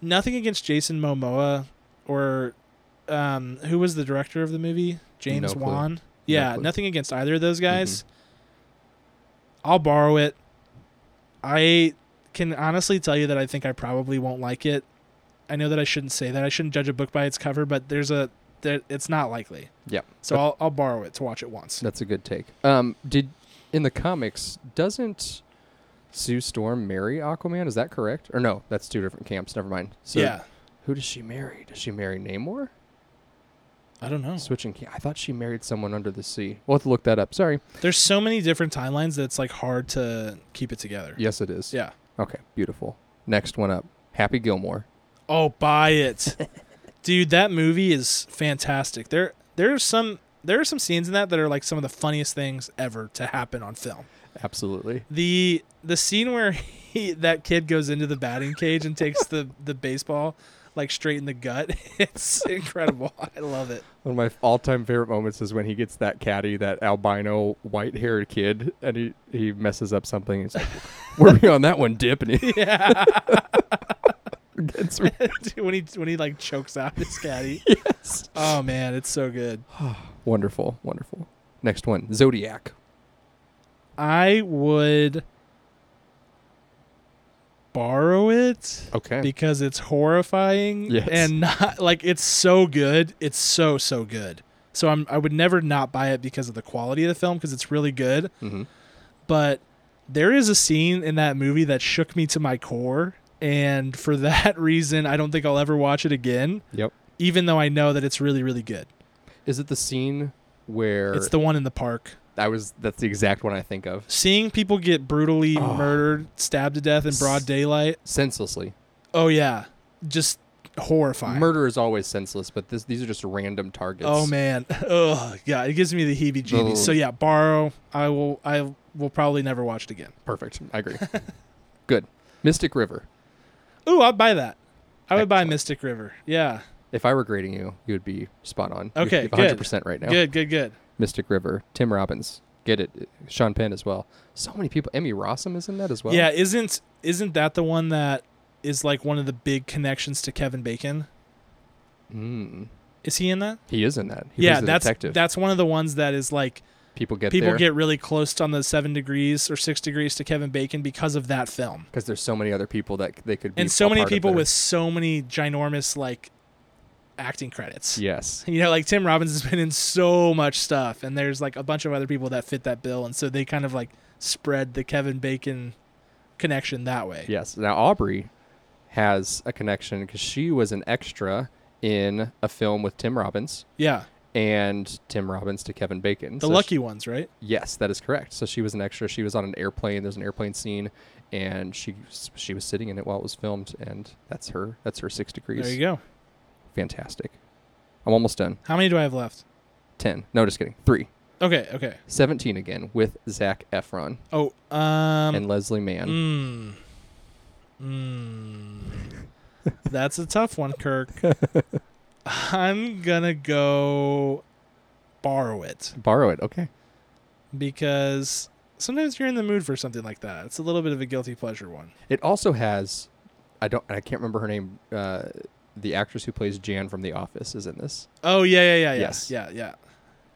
S1: nothing against Jason Momoa or um, who was the director of the movie? James
S2: clue.
S1: Wan. Yeah,
S2: clue. Mm-hmm.
S1: nothing against either of those guys. I'll borrow it. I can honestly tell you that I think I probably won't like it. I know that I shouldn't say that. I shouldn't judge a book by its cover, but there's a there, it's not likely.
S2: Yep.
S1: So I'll, I'll borrow it to watch it once.
S2: That's a good take. Um, did in the comics doesn't Sue Storm marry Aquaman? Is that correct? Or no, that's two different camps. Never mind. So
S1: yeah.
S2: who does she marry? Does she marry Namor?
S1: I don't know.
S2: Switching. Cam- I thought she married someone under the sea. We'll have to look that up. Sorry.
S1: There's so many different timelines that it's like hard to keep it together.
S2: Yes, it is.
S1: Yeah.
S2: Okay. Beautiful. Next one up. Happy Gilmore.
S1: Oh, buy it. Dude, that movie is fantastic. There there are some there are some scenes in that that are like some of the funniest things ever to happen on film.
S2: Absolutely.
S1: The the scene where he, that kid goes into the batting cage and takes the the baseball like straight in the gut. It's incredible. I love it.
S2: One of my all-time favorite moments is when he gets that caddy, that albino white-haired kid, and he, he messes up something. He's like, "Where are we on that one, Dip?" And he
S1: Yeah.
S2: gets me.
S1: Dude, when he when he like chokes out his caddy.
S2: Yes.
S1: Oh man, it's so good.
S2: Wonderful, wonderful. Next one, Zodiac.
S1: I would borrow it.
S2: Okay.
S1: because it's horrifying
S2: Yes.
S1: and not like it's so good. It's so so good. So I'm I would never not buy it because of the quality of the film because it's really good.
S2: Mhm.
S1: But there is a scene in that movie that shook me to my core, and for that reason, I don't think I'll ever watch it again.
S2: yep.
S1: Even though I know that it's really really good.
S2: Is it the scene where
S1: It's the one in the park.
S2: I was? That's the exact one I think of.
S1: Seeing people get brutally
S2: Oh.
S1: murdered, stabbed to death in broad daylight.
S2: Senselessly,
S1: Oh yeah, just horrifying.
S2: murder is always senseless, but this, these are just random targets.
S1: Oh man, oh yeah, it gives me the heebie-jeebies.
S2: Ugh.
S1: So yeah, borrow. I will. I will probably never watch it again.
S2: perfect. I agree. Good. Mystic River.
S1: Ooh, I'd buy that. I would buy
S2: Excellent.
S1: Mystic River. Yeah,
S2: If I were grading you, you would be spot on. You'd
S1: Okay,
S2: give
S1: good.
S2: 100% right now.
S1: good, good, good.
S2: Mystic River. Tim Robbins. Get it. Sean Penn as well. So many people. Emmy Rossum is in that as well.
S1: yeah, isn't isn't that the one that is like one of the big connections to Kevin Bacon?
S2: Mm.
S1: Is he in that?
S2: He is in that. He
S1: yeah,
S2: plays the
S1: that's
S2: detective.
S1: that's one of the ones that is like
S2: people get
S1: people
S2: there.
S1: get really close on the seven degrees or six degrees to Kevin Bacon because of that film.
S2: because there's so many other people that c- they could be
S1: And
S2: a
S1: so many
S2: part of
S1: people
S2: their-
S1: with so many ginormous like acting credits.
S2: yes
S1: You know, like Tim Robbins has been in so much stuff, and there's like a bunch of other people that fit that bill, and so they kind of like spread the Kevin Bacon connection that way.
S2: yes now aubrey has a connection because she was an extra in a film with tim robbins
S1: Yeah.
S2: and tim robbins to kevin bacon
S1: The
S2: So
S1: lucky
S2: she-
S1: ones, right?
S2: yes that is correct so she was an extra she was on an airplane there's an airplane scene and she s- she was sitting in it while it was filmed and that's her that's her six degrees
S1: There you go.
S2: fantastic i'm almost done
S1: How many do I have left?
S2: 10 no just kidding 3
S1: Okay, okay.
S2: 17 again with zach efron
S1: Oh, um
S2: and leslie mann
S1: mm, mm. That's a tough one, Kirk. I'm gonna go borrow it
S2: Borrow it. Okay.
S1: because sometimes you're in the mood for something like that. It's a little bit of a guilty pleasure one.
S2: It also has, I don't, I can't remember her name. Uh, the actress who plays Jan from The Office is in this.
S1: Oh yeah, yeah, yeah, yeah.
S2: Yes.
S1: yeah, yeah.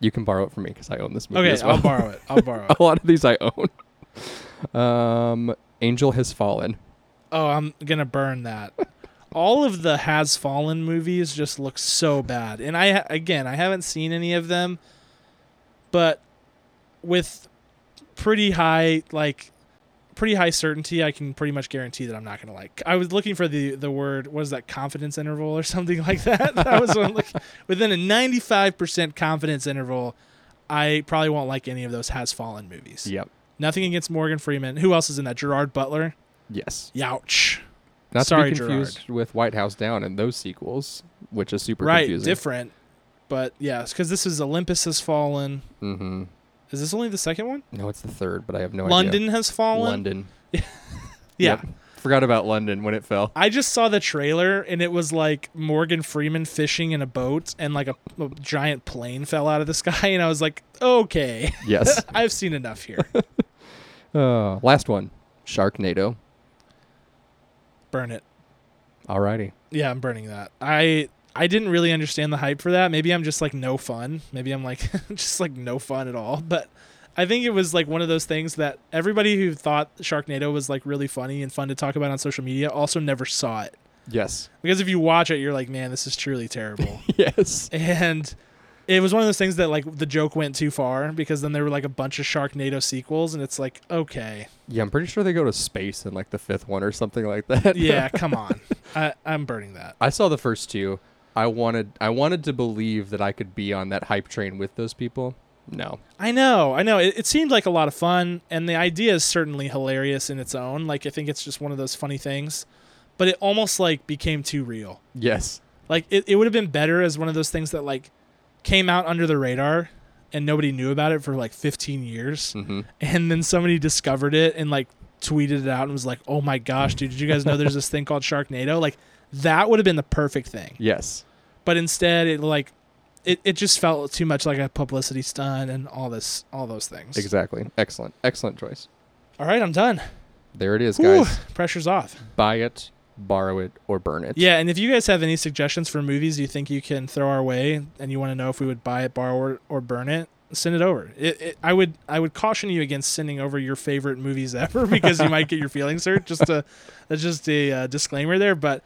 S2: You can borrow it from me because I own this movie
S1: Okay,
S2: as well.
S1: I'll borrow it. I'll borrow it.
S2: a lot of these I own. Um, Angel Has Fallen.
S1: Oh, I'm gonna burn that. All of the Has Fallen movies just look so bad, and I ha- again I haven't seen any of them, but with pretty high like pretty high certainty, I can pretty much guarantee that I'm not gonna like. I was looking for the the word what is that confidence interval or something like that. that was what I'm looking, within a 95 percent confidence interval. I probably won't like any of those Has Fallen movies.
S2: Yep.
S1: Nothing against Morgan Freeman. Who else is in that? Gerard Butler.
S2: Yes.
S1: Youch.
S2: Not
S1: Sorry,
S2: to be confused with White House Down and those sequels, which is super
S1: right,
S2: confusing.
S1: different. But yeah, because this is Olympus has fallen.
S2: hmm
S1: Is this only the second one?
S2: No, it's the third, but I have no
S1: London
S2: idea.
S1: has fallen.
S2: London.
S1: Yeah.
S2: Yep. Forgot about London when it fell.
S1: I just saw the trailer and it was like Morgan Freeman fishing in a boat and like a, a giant plane fell out of the sky and I was like, okay,
S2: Yes.
S1: I've seen enough here.
S2: Uh, last one. Sharknado.
S1: Burn it.
S2: Alrighty.
S1: Yeah, I'm burning that. I I didn't really understand the hype for that. Maybe I'm just like no fun. Maybe I'm like just like no fun at all. But I think it was like one of those things that everybody who thought Sharknado was like really funny and fun to talk about on social media also never saw it.
S2: Yes.
S1: Because if you watch it, you're like, man, this is truly terrible.
S2: Yes.
S1: and it was one of those things that like the joke went too far because then there were like a bunch of Sharknado sequels and it's like, okay,
S2: Yeah, I'm pretty sure they go to space in like the fifth one or something like that.
S1: yeah, come on. I, I'm burning that.
S2: I saw the first two. I wanted I wanted to believe that I could be on that hype train with those people. No.
S1: I know, I know. It, it seemed like a lot of fun, and the idea is certainly hilarious in its own. Like, I think it's just one of those funny things, but it almost like became too real.
S2: Yes.
S1: Like, it, it would have been better as one of those things that like came out under the radar and nobody knew about it for like 15 years,
S2: Mhm.
S1: and then somebody discovered it and like tweeted it out and was like, "Oh my gosh, dude! Did you guys know there's this thing called Sharknado?" Like, that would have been the perfect thing
S2: Yes.
S1: but instead it like it, it just felt too much like a publicity stunt and all this all those things
S2: Exactly. Excellent. Excellent choice.
S1: all right i'm done
S2: There it is,
S1: Whew,
S2: guys.
S1: pressure's off
S2: Buy it, borrow it, or burn it.
S1: yeah and if you guys have any suggestions for movies you think you can throw our way and you want to know if we would buy it borrow it or burn it send it over it, it, i would i would caution you against sending over your favorite movies ever because you might get your feelings hurt just a that's just a uh, disclaimer there but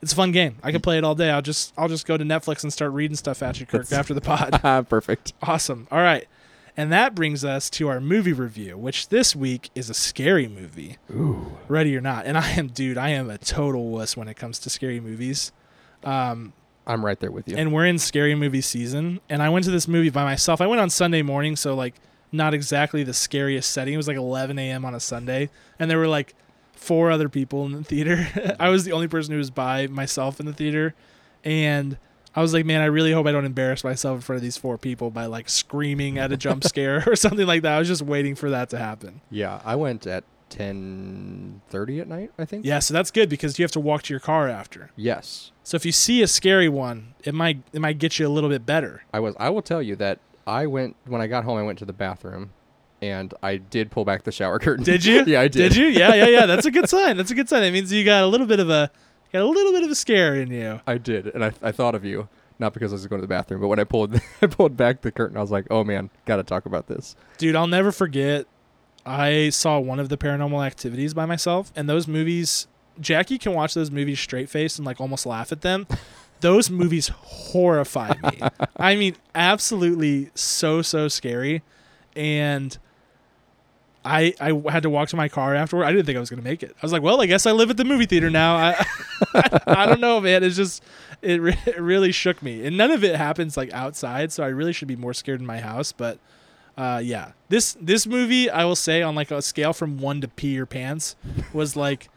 S1: it's a fun game i could play it all day i'll just i'll just go to netflix and start reading stuff at you kirk
S2: That's-
S1: after the pod
S2: Ah, Perfect.
S1: Awesome. All right. And that brings us to our movie review, which this week is a scary movie. Ooh. Ready or not. And I am, dude, I am a total wuss when it comes to scary movies.
S2: I'm right there with you.
S1: And we're in scary movie season. And I went to this movie by myself. I went on Sunday morning, so like not exactly the scariest setting. It was like 11 a.m. on a Sunday. And there were like four other people in the theater. I was the only person who was by myself in the theater. And I was like, man, I really hope I don't embarrass myself in front of these four people by like screaming at a jump scare or something like that. I was just waiting for that to happen.
S2: yeah, I went at 10:30 at night, I think.
S1: Yeah, so that's good because you have to walk to your car after.
S2: Yes.
S1: So if you see a scary one, it might it might get you a little bit better.
S2: I was. I will tell you that I went when I got home. I went to the bathroom, and I did pull back the shower curtain.
S1: Did you?
S2: yeah, I did.
S1: Did you? Yeah, yeah, yeah. That's a good sign. That's a good sign. That means you got a little bit of a got a little bit of a scare in you.
S2: I did, and I, I thought of you not because I was going to the bathroom, but when I pulled I pulled back the curtain, I was like, oh man, gotta talk about this.
S1: Dude, I'll never forget I saw one of the paranormal activities by myself and those movies Jackie can watch those movies straight faced and like almost laugh at them. Those movies horrify me. I mean, absolutely so so scary and I, I had to walk to my car afterward. I didn't think I was going to make it. I was like, well, I guess I live at the movie theater now. I, I don't know, man. It's just, it, re- it really shook me. And none of it happens like outside. So I really should be more scared in my house. But uh, yeah, this, this movie, I will say on like a scale from one to pee your pants was like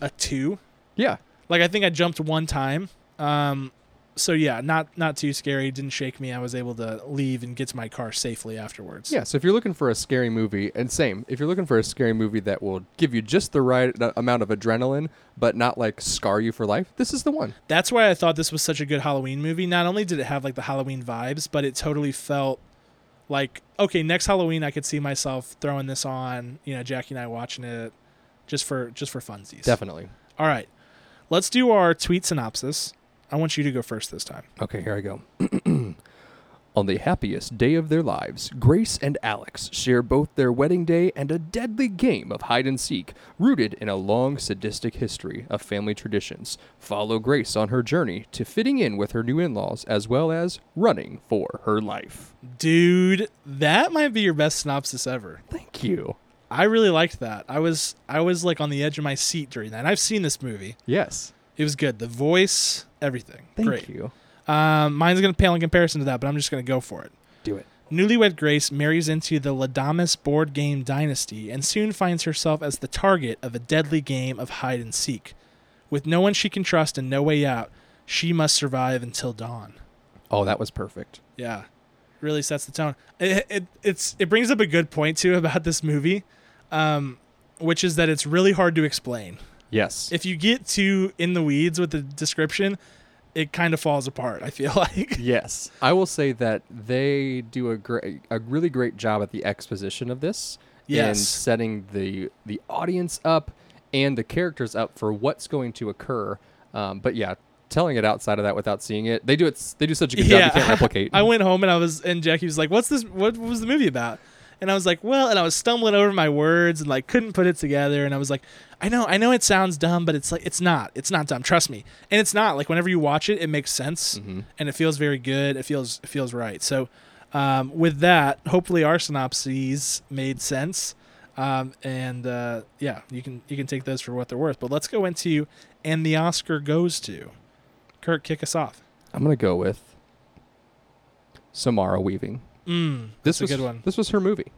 S1: a two.
S2: Yeah,
S1: Like I think I jumped one time. Um, so yeah, not not too scary. Didn't shake me. I was able to leave and get to my car safely afterwards.
S2: Yeah, so if you're looking for a scary movie, and same, if you're looking for a scary movie that will give you just the right a- amount of adrenaline, but not like scar you for life, this is the one.
S1: That's why I thought this was such a good Halloween movie. Not only did it have like the Halloween vibes, but it totally felt like okay, next Halloween I could see myself throwing this on. You know, Jackie and I watching it just for just for funsies.
S2: Definitely.
S1: All right, let's do our tweet synopsis. I want you to go first this time.
S2: Okay, here I go. On the happiest day of their lives, Grace and Alex share both their wedding day and a deadly game of hide and seek, rooted in a long sadistic history of family traditions. Follow Grace on her journey to fitting in with her new in laws, as well as running for her life.
S1: Dude, that might be your best synopsis ever.
S2: Thank you.
S1: I really liked that. I was I was like on the edge of my seat during that. And I've seen this movie.
S2: Yes.
S1: It was good. The voice, everything.
S2: Thank
S1: Great.
S2: you.
S1: Um, mine's gonna pale in comparison to that, but I'm just gonna go for it.
S2: Do it.
S1: Newlywed Grace marries into the Ladamus board game dynasty and soon finds herself as the target of a deadly game of hide and seek. With no one she can trust and no way out, she must survive until dawn.
S2: Oh, that was perfect.
S1: Yeah, really sets the tone. It, it it's it brings up a good point too about this movie, um, which is that it's really hard to explain.
S2: Yes.
S1: If you get too in the weeds with the description, it kind of falls apart. I feel like.
S2: yes. I will say that they do a great, a really great job at the exposition of this and
S1: Yes.
S2: setting the the audience up and the characters up for what's going to occur. Um, but yeah, telling it outside of that without seeing it, they do it. s- They do such a good job you can't replicate.
S1: I went home and I was and Jackie was like, "What's this? What was the movie about?" And I was like, "Well," and I was stumbling over my words and like couldn't put it together. And I was like, "I know, I know, it sounds dumb, but it's like it's not. It's not dumb. Trust me. And it's not like whenever you watch it, it makes sense
S2: Mm-hmm.
S1: and it feels very good. It feels it feels right. So, um, with that, hopefully our synopses made sense. Um, and uh, yeah, you can you can take those for what they're worth. But let's go into and the Oscar goes to Kirk. Kick us off.
S2: I'm gonna go with Samara Weaving.
S1: Mm,
S2: this
S1: that's
S2: was
S1: a good one.
S2: This was her movie.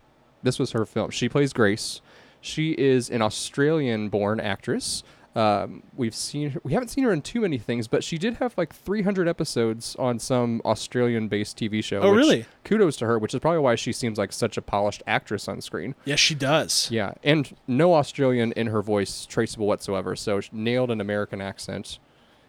S2: This was her film. She plays Grace. She is an Australian-born actress. Um, we've seen her, we haven't seen her in too many things, but she did have like 300 episodes on some Australian-based TV show.
S1: Oh,
S2: which-
S1: really?
S2: Kudos to her, which is probably why she seems like such a polished actress on screen.
S1: Yes, she does.
S2: Yeah, and no Australian in her voice traceable whatsoever. So she nailed an American accent,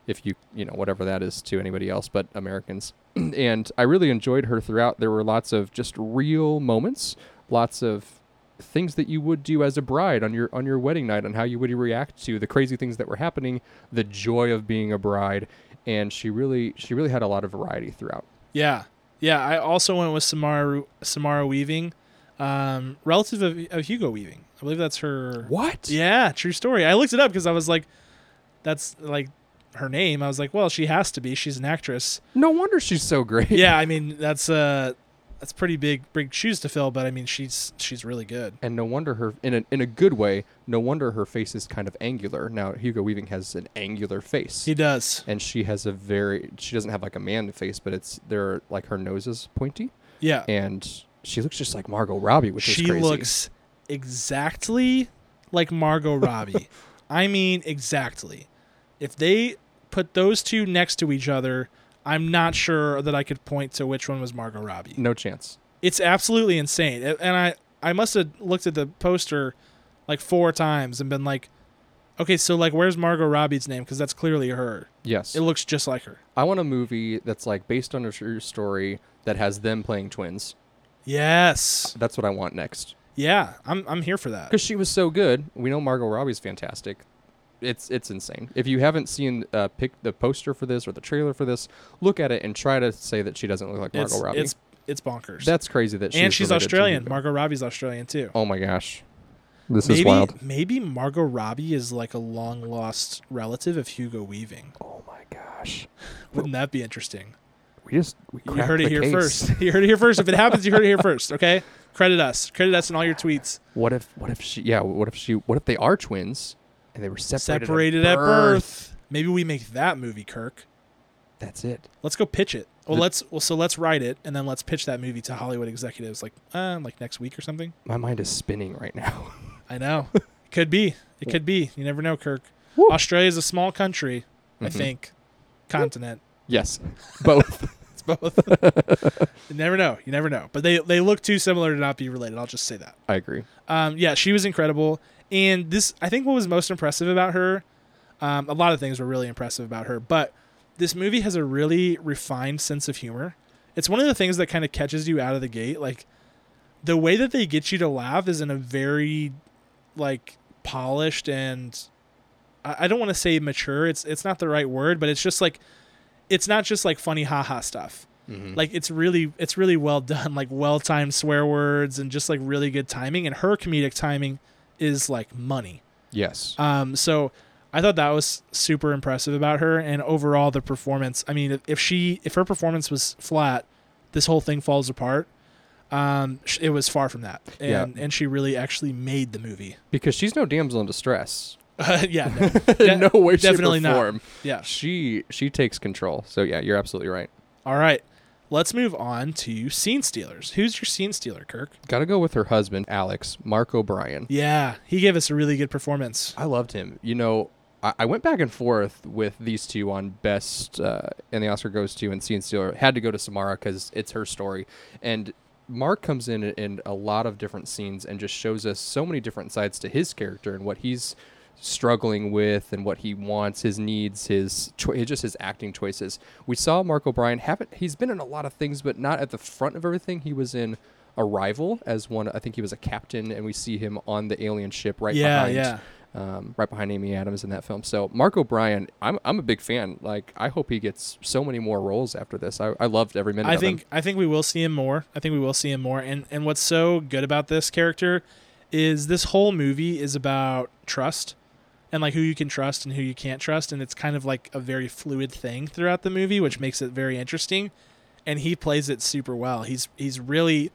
S2: if you you know whatever that is to anybody else but Americans. and I really enjoyed her throughout. There were lots of just real moments, lots of things that you would do as a bride on your on your wedding night and how you would react to the crazy things that were happening, the joy of being a bride, and she really she really had a lot of variety throughout.
S1: Yeah, yeah. I also went with Samara Samara Weaving, um, relative of, of Hugo Weaving. I believe that's her.
S2: What?
S1: Yeah, true story. I looked it up because I was like, that's like her name. I was like, well, she has to be. She's an actress.
S2: No wonder she's so great.
S1: yeah, I mean that's uh that's pretty big big shoes to fill, but I mean she's she's really good.
S2: and no wonder her in a, in a good way no wonder her face is kind of angular now hugo weaving has an angular face
S1: He does.
S2: and she has a very she doesn't have like a man face but it's they're like her nose is pointy
S1: Yeah,
S2: and she looks just like margot robbie which
S1: she
S2: is crazy
S1: looks exactly like Margot Robbie. I mean, exactly. If they put those two next to each other, I'm not sure that I could point to which one was Margot Robbie.
S2: no chance
S1: It's absolutely insane. A- And I, I must have looked at the poster like four times and been like, okay, so like, where's Margot Robbie's name? Because that's clearly her.
S2: yes
S1: It looks just like her.
S2: i want a movie that's like based on a true story that has them playing twins
S1: Yes.
S2: that's what i want next
S1: Yeah, I'm, I'm here for that.
S2: because she was so good. We know Margot Robbie's fantastic. It's it's insane. If you haven't seen uh, pick the poster for this or the trailer for this, look at it and try to say that she doesn't look like Margot
S1: It's,
S2: Robbie.
S1: it's, it's bonkers.
S2: That's crazy that she's
S1: and she's
S2: related to
S1: Australian.
S2: Hugo.
S1: Margot Robbie's Australian too.
S2: Oh my gosh, this
S1: maybe,
S2: is wild.
S1: Maybe Margot Robbie is like a long lost relative of Hugo Weaving.
S2: Oh my gosh,
S1: Wouldn't that be interesting?
S2: we just we
S1: You
S2: cracked
S1: heard it
S2: the
S1: here
S2: case.
S1: first. You heard it here first. If it happens, you heard it here first. Okay, credit us. Credit us in all your tweets.
S2: What if what if she? Yeah, what if she? What if they are twins and they were separated,
S1: Separated at birth. Maybe we make that movie, Kirk.
S2: That's it.
S1: Let's go pitch it. Well,
S2: The-
S1: let's well, so let's write it and then let's pitch that movie to Hollywood executives like uh, like next week or something.
S2: My mind is spinning right now.
S1: I know. could be. It could be. You never know, Kirk.
S2: Woo.
S1: Australia's a small country, I think, continent.
S2: Yes, both.
S1: It's both. you never know. You never know. But they they look too similar to not be related. I'll just say that.
S2: I agree.
S1: Um, yeah, she was incredible. And this, I think, what was most impressive about her, um, a lot of things were really impressive about her, but this movie has a really refined sense of humor. It's one of the things that kind of catches you out of the gate. Like the way that they get you to laugh is in a very like polished and I, I don't want to say mature. It's it's not the right word, but it's just like it's not just like funny haha stuff like it's really it's really well done like well timed swear words and just like really good timing and her comedic timing is like money
S2: Yes.
S1: um so i thought that was super impressive about her and overall the performance i mean if, if she if her performance was flat this whole thing falls apart um sh- it was far from that
S2: Yeah.
S1: and and she really actually made the movie
S2: because she's no damsel in distress.
S1: yeah no,
S2: In no way, shape,
S1: definitely
S2: or
S1: not.
S2: form.
S1: yeah
S2: She she takes control. So yeah, you're absolutely right.
S1: all right let's move on to scene stealers who's your scene stealer kirk
S2: Got to go with her husband, Alex Mark O'Brien.
S1: yeah he gave us a really good performance
S2: I loved him. You know, I, I went back and forth with these two on best, uh, and the Oscar goes to and Scene Stealer had to go to Samara because it's her story, and Mark comes in in a lot of different scenes and just shows us so many different sides to his character and what he's struggling with and what he wants, his needs, his choi- just his acting choices. We saw Mark O'Brien haven't he's been in a lot of things, but not at the front of everything. He was in Arrival as one. I think he was a captain, and we see him on the alien ship right
S1: Yeah,
S2: behind
S1: yeah.
S2: um, right behind Amy Adams in that film. So Mark O'Brien, I'm I'm a big fan. Like I hope he gets so many more roles after this. I, I loved every minute.
S1: I
S2: of him.
S1: think I think we will see him more. I think we will see him more. And and what's so good about this character is this whole movie is about trust and like who you can trust and who you can't trust and it's kind of like a very fluid thing throughout the movie which makes it very interesting and he plays it super well. He's he's really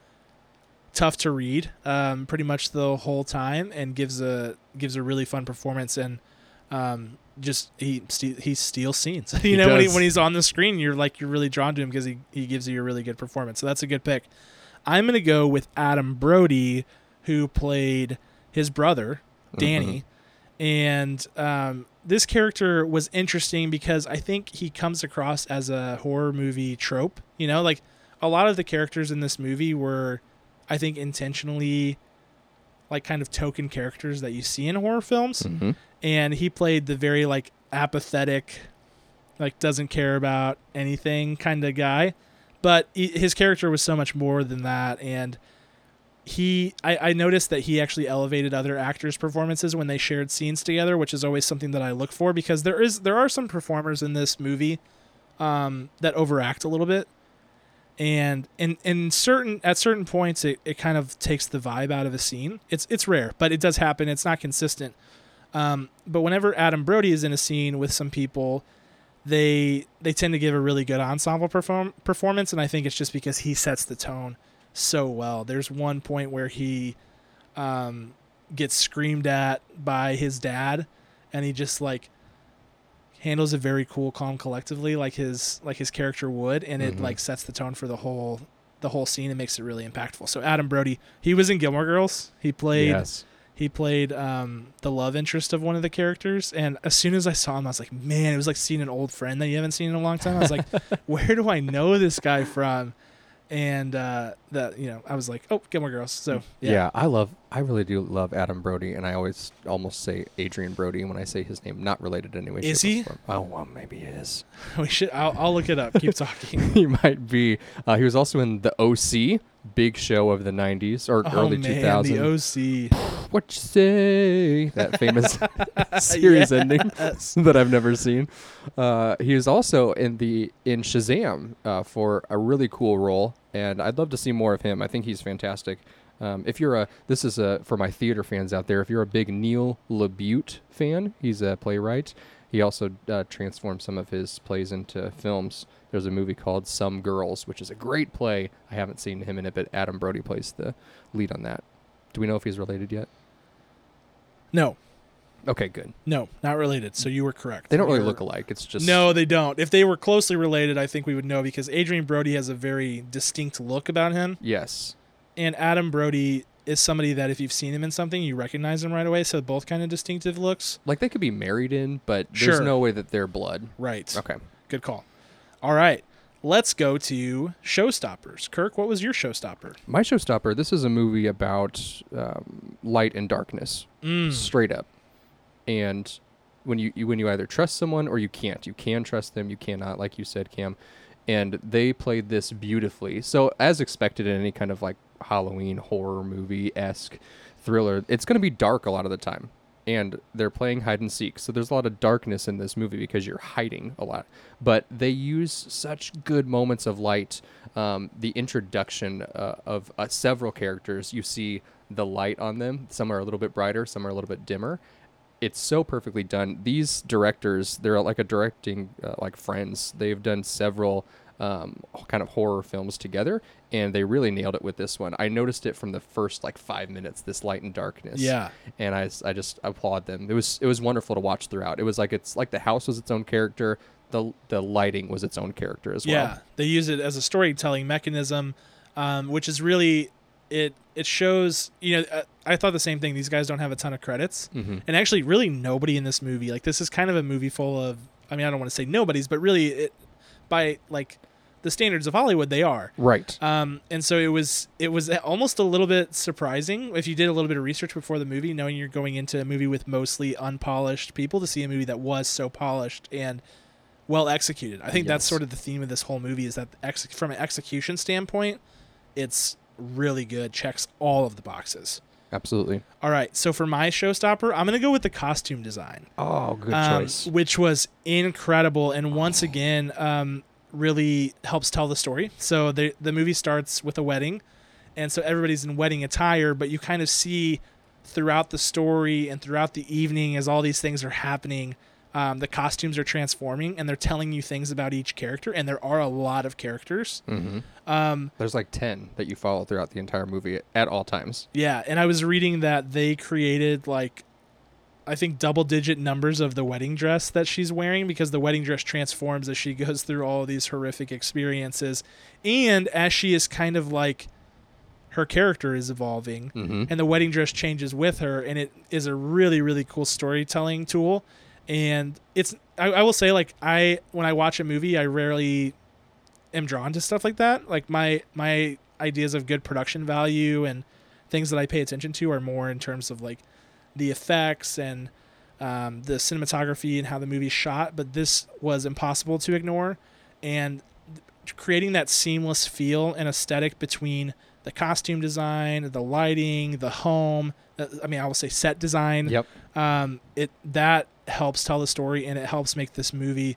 S1: tough to read um, pretty much the whole time and gives a gives a really fun performance and um, just he ste- he steals scenes. you know when he
S2: does.
S1: when he's on the screen, you're like you're really drawn to him because he he gives you a really good performance. So that's a good pick. I'm gonna go with Adam Brody, who played his brother Danny, and um, this character was interesting because I think he comes across as a horror movie trope. You know, like a lot of the characters in this movie were, I think, intentionally like kind of token characters that you see in horror films
S2: Mhm.
S1: and he played the very like apathetic like doesn't care about anything kind of guy but he, his character was so much more than that and he I, I noticed that he actually elevated other actors performances when they shared scenes together which is always something that i look for because there is there are some performers in this movie um, that overact a little bit and in in certain at certain points it, it kind of takes the vibe out of a scene it's it's rare but it does happen it's not consistent um, but whenever Adam Brody is in a scene with some people, they they tend to give a really good ensemble perform- performance, and I think it's just because he sets the tone so well. There's one point where he um, gets screamed at by his dad, and he just like handles it very cool, calm, collectively, like his like his character would, and it like sets the tone for the whole the whole scene and makes it really impactful. So Adam Brody, he was in Gilmore Girls. He played
S2: yes.
S1: he played um, the love interest of one of the characters and as soon as i saw him i was like man it was like seeing an old friend that you haven't seen in a long time i was like where do i know this guy from and uh, that you know i was like oh gilmore girls so
S2: Yeah.
S1: yeah,
S2: I love. I really do love Adam Brody, and I always almost say Adrian Brody when I say his name. Not related anyway.
S1: Is
S2: shape, or
S1: he?
S2: form. Oh well, maybe he is.
S1: we should I'll, I'll look it up keep talking
S2: he might be. Uh, he was also in the OC, big show of the '90s or
S1: oh
S2: early
S1: man
S2: 2000s.
S1: the oc
S2: what you say? That famous series ending that I've never seen. Uh, he was also in the in Shazam uh, for a really cool role, and I'd love to see more of him. I think he's fantastic. Um, if you're a this is a for my theater fans out there. If you're a big Neil LaBute fan, he's a playwright. He also uh, transformed some of his plays into films. There's a movie called Some Girls, which is a great play. I haven't seen him in it, but Adam Brody plays the lead on that. Do we know if he's related yet?
S1: no
S2: Okay, good.
S1: no not related so you were correct
S2: They don't really
S1: You're-
S2: look alike. It's just
S1: no they don't if they were closely related i think we would know because adrian brody has a very distinct look about him
S2: Yes.
S1: and Adam Brody is somebody that if you've seen him in something, you recognize him right away. So both kind of distinctive looks.
S2: Like they could be married in, but
S1: Sure.
S2: there's no way that they're blood.
S1: Right.
S2: Okay.
S1: Good call. All right, let's go to showstoppers. Kirk, what was your showstopper?
S2: My showstopper. This is a movie about um, light and darkness,
S1: Mm.
S2: straight up. And when you, you when you either trust someone or you can't, you can trust them, you cannot, like you said, Cam. And they played this beautifully. So as expected in any kind of like Halloween horror movie esque thriller, it's going to be dark a lot of the time. And they're playing hide and seek, so there's a lot of darkness in this movie because you're hiding a lot. But they use such good moments of light. Um, the introduction uh, of uh, several characters, you see the light on them. Some are a little bit brighter, some are a little bit dimmer, it's so perfectly done. These directors, they're like a directing uh, like friends. They've done several um, kind of horror films together, and they really nailed it with this one. I noticed it from the first like five minutes. This light and darkness.
S1: Yeah.
S2: and I, s- I just applaud them. It was it was wonderful to watch throughout. It was like it's like the house was its own character. The the lighting was its own character as well.
S1: Yeah, they use it as a storytelling mechanism, um, which is really it. It shows you know uh, I thought the same thing. These guys don't have a ton of credits, and actually, really nobody in this movie. Like this is kind of a movie full of. I mean, I don't want to say nobody's, but really, it by like the standards of Hollywood, they are.
S2: Right.
S1: Um, and so it was it was almost a little bit surprising if you did a little bit of research before the movie, knowing you're going into a movie with mostly unpolished people to see a movie that was so polished and well executed. I think that's
S2: Yes.
S1: sort of the theme of this whole movie is that ex- from an execution standpoint, it's really good, checks all of the boxes.
S2: Absolutely.
S1: All right, so for my showstopper, I'm gonna go with the costume design
S2: Oh, good
S1: um,
S2: choice.
S1: which was incredible and once again um, really helps tell the story. So the the movie starts with a wedding, and so everybody's in wedding attire, but you kind of see throughout the story and throughout the evening as all these things are happening. Um, the costumes are transforming and they're telling you things about each character, and there are a lot of characters.
S2: There's like ten that you follow throughout the entire movie at all times.
S1: Yeah, and I was reading that they created like I think double digit numbers of the wedding dress that she's wearing because the wedding dress transforms as she goes through all of these horrific experiences and as she is kind of like her character is evolving and the wedding dress changes with her and it is a really really cool storytelling tool and it's I, I will say like i when i watch a movie i rarely am drawn to stuff like that. Like my my ideas of good production value and things that I pay attention to are more in terms of like the effects and um, the cinematography and how the movie's shot. But this was impossible to ignore, and th- creating that seamless feel and aesthetic between the costume design, the lighting, the home. uh, I mean, I will say set design
S2: Yep.
S1: um, it that helps tell the story and it helps make this movie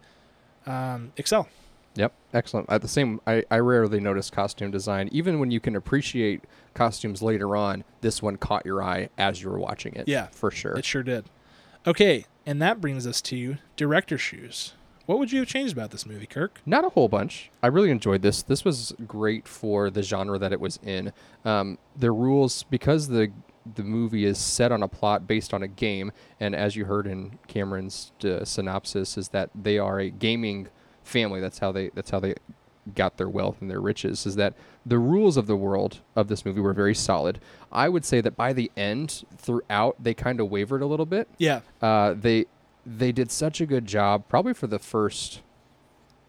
S1: um, excel.
S2: Yep, excellent. At the same, I, I rarely notice costume design. Even when you can appreciate costumes later on, this one caught your eye as you were watching it.
S1: Yeah.
S2: for sure.
S1: It sure did. Okay, and that brings us to director shoes. What would you have changed about this movie, Kirk?
S2: Not a whole bunch. I really enjoyed this. This was great for the genre that it was in. Um, the rules, because the the movie is set on a plot based on a game, and as you heard in Cameron's uh, synopsis, is that they are a gaming family. That's how they. That's how they got their wealth and their riches is that the rules of the world of this movie were very solid. I would say that by the end, throughout, they kind of wavered a little bit.
S1: Yeah,
S2: Uh, they they did such a good job, probably for the first.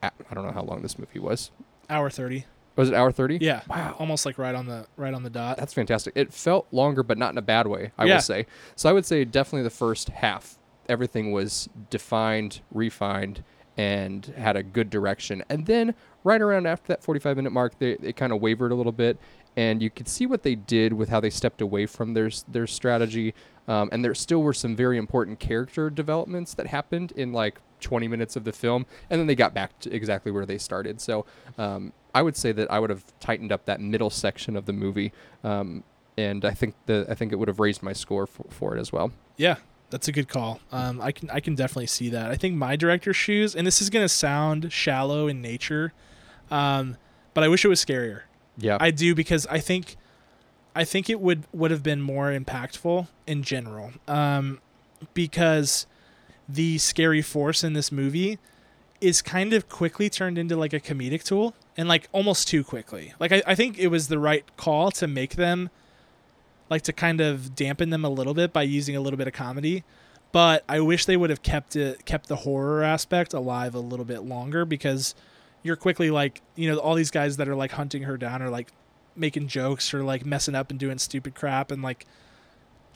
S2: I I don't know how long this movie was.
S1: hour thirty.
S2: Was it hour thirty?
S1: Yeah, wow, almost like right on the right on the dot.
S2: that's fantastic. It felt longer, but not in a bad way. I
S1: Yeah.
S2: will say. So I would say definitely the first half, everything was defined, refined, and had a good direction. And then right around after that forty-five minute mark, they it kind of wavered a little bit, and you could see what they did with how they stepped away from their s- their strategy. Um, and there still were some very important character developments that happened in like 20 minutes of the film, and then they got back to exactly where they started. So um, I would say that I would have tightened up that middle section of the movie, um, and I think the I think it would have raised my score for, for it as well.
S1: Yeah, that's a good call. Um, I can I can definitely see that. I think my director shoes, and this is gonna sound shallow in nature, um, but I wish it was scarier.
S2: Yeah,
S1: I do because I think I think it would would have been more impactful in general. Um because the scary force in this movie is kind of quickly turned into like a comedic tool and like almost too quickly. Like I, I think it was the right call to make them like to kind of dampen them a little bit by using a little bit of comedy. But I wish they would have kept it kept the horror aspect alive a little bit longer because you're quickly like, you know, all these guys that are like hunting her down are like making jokes or like messing up and doing stupid crap and like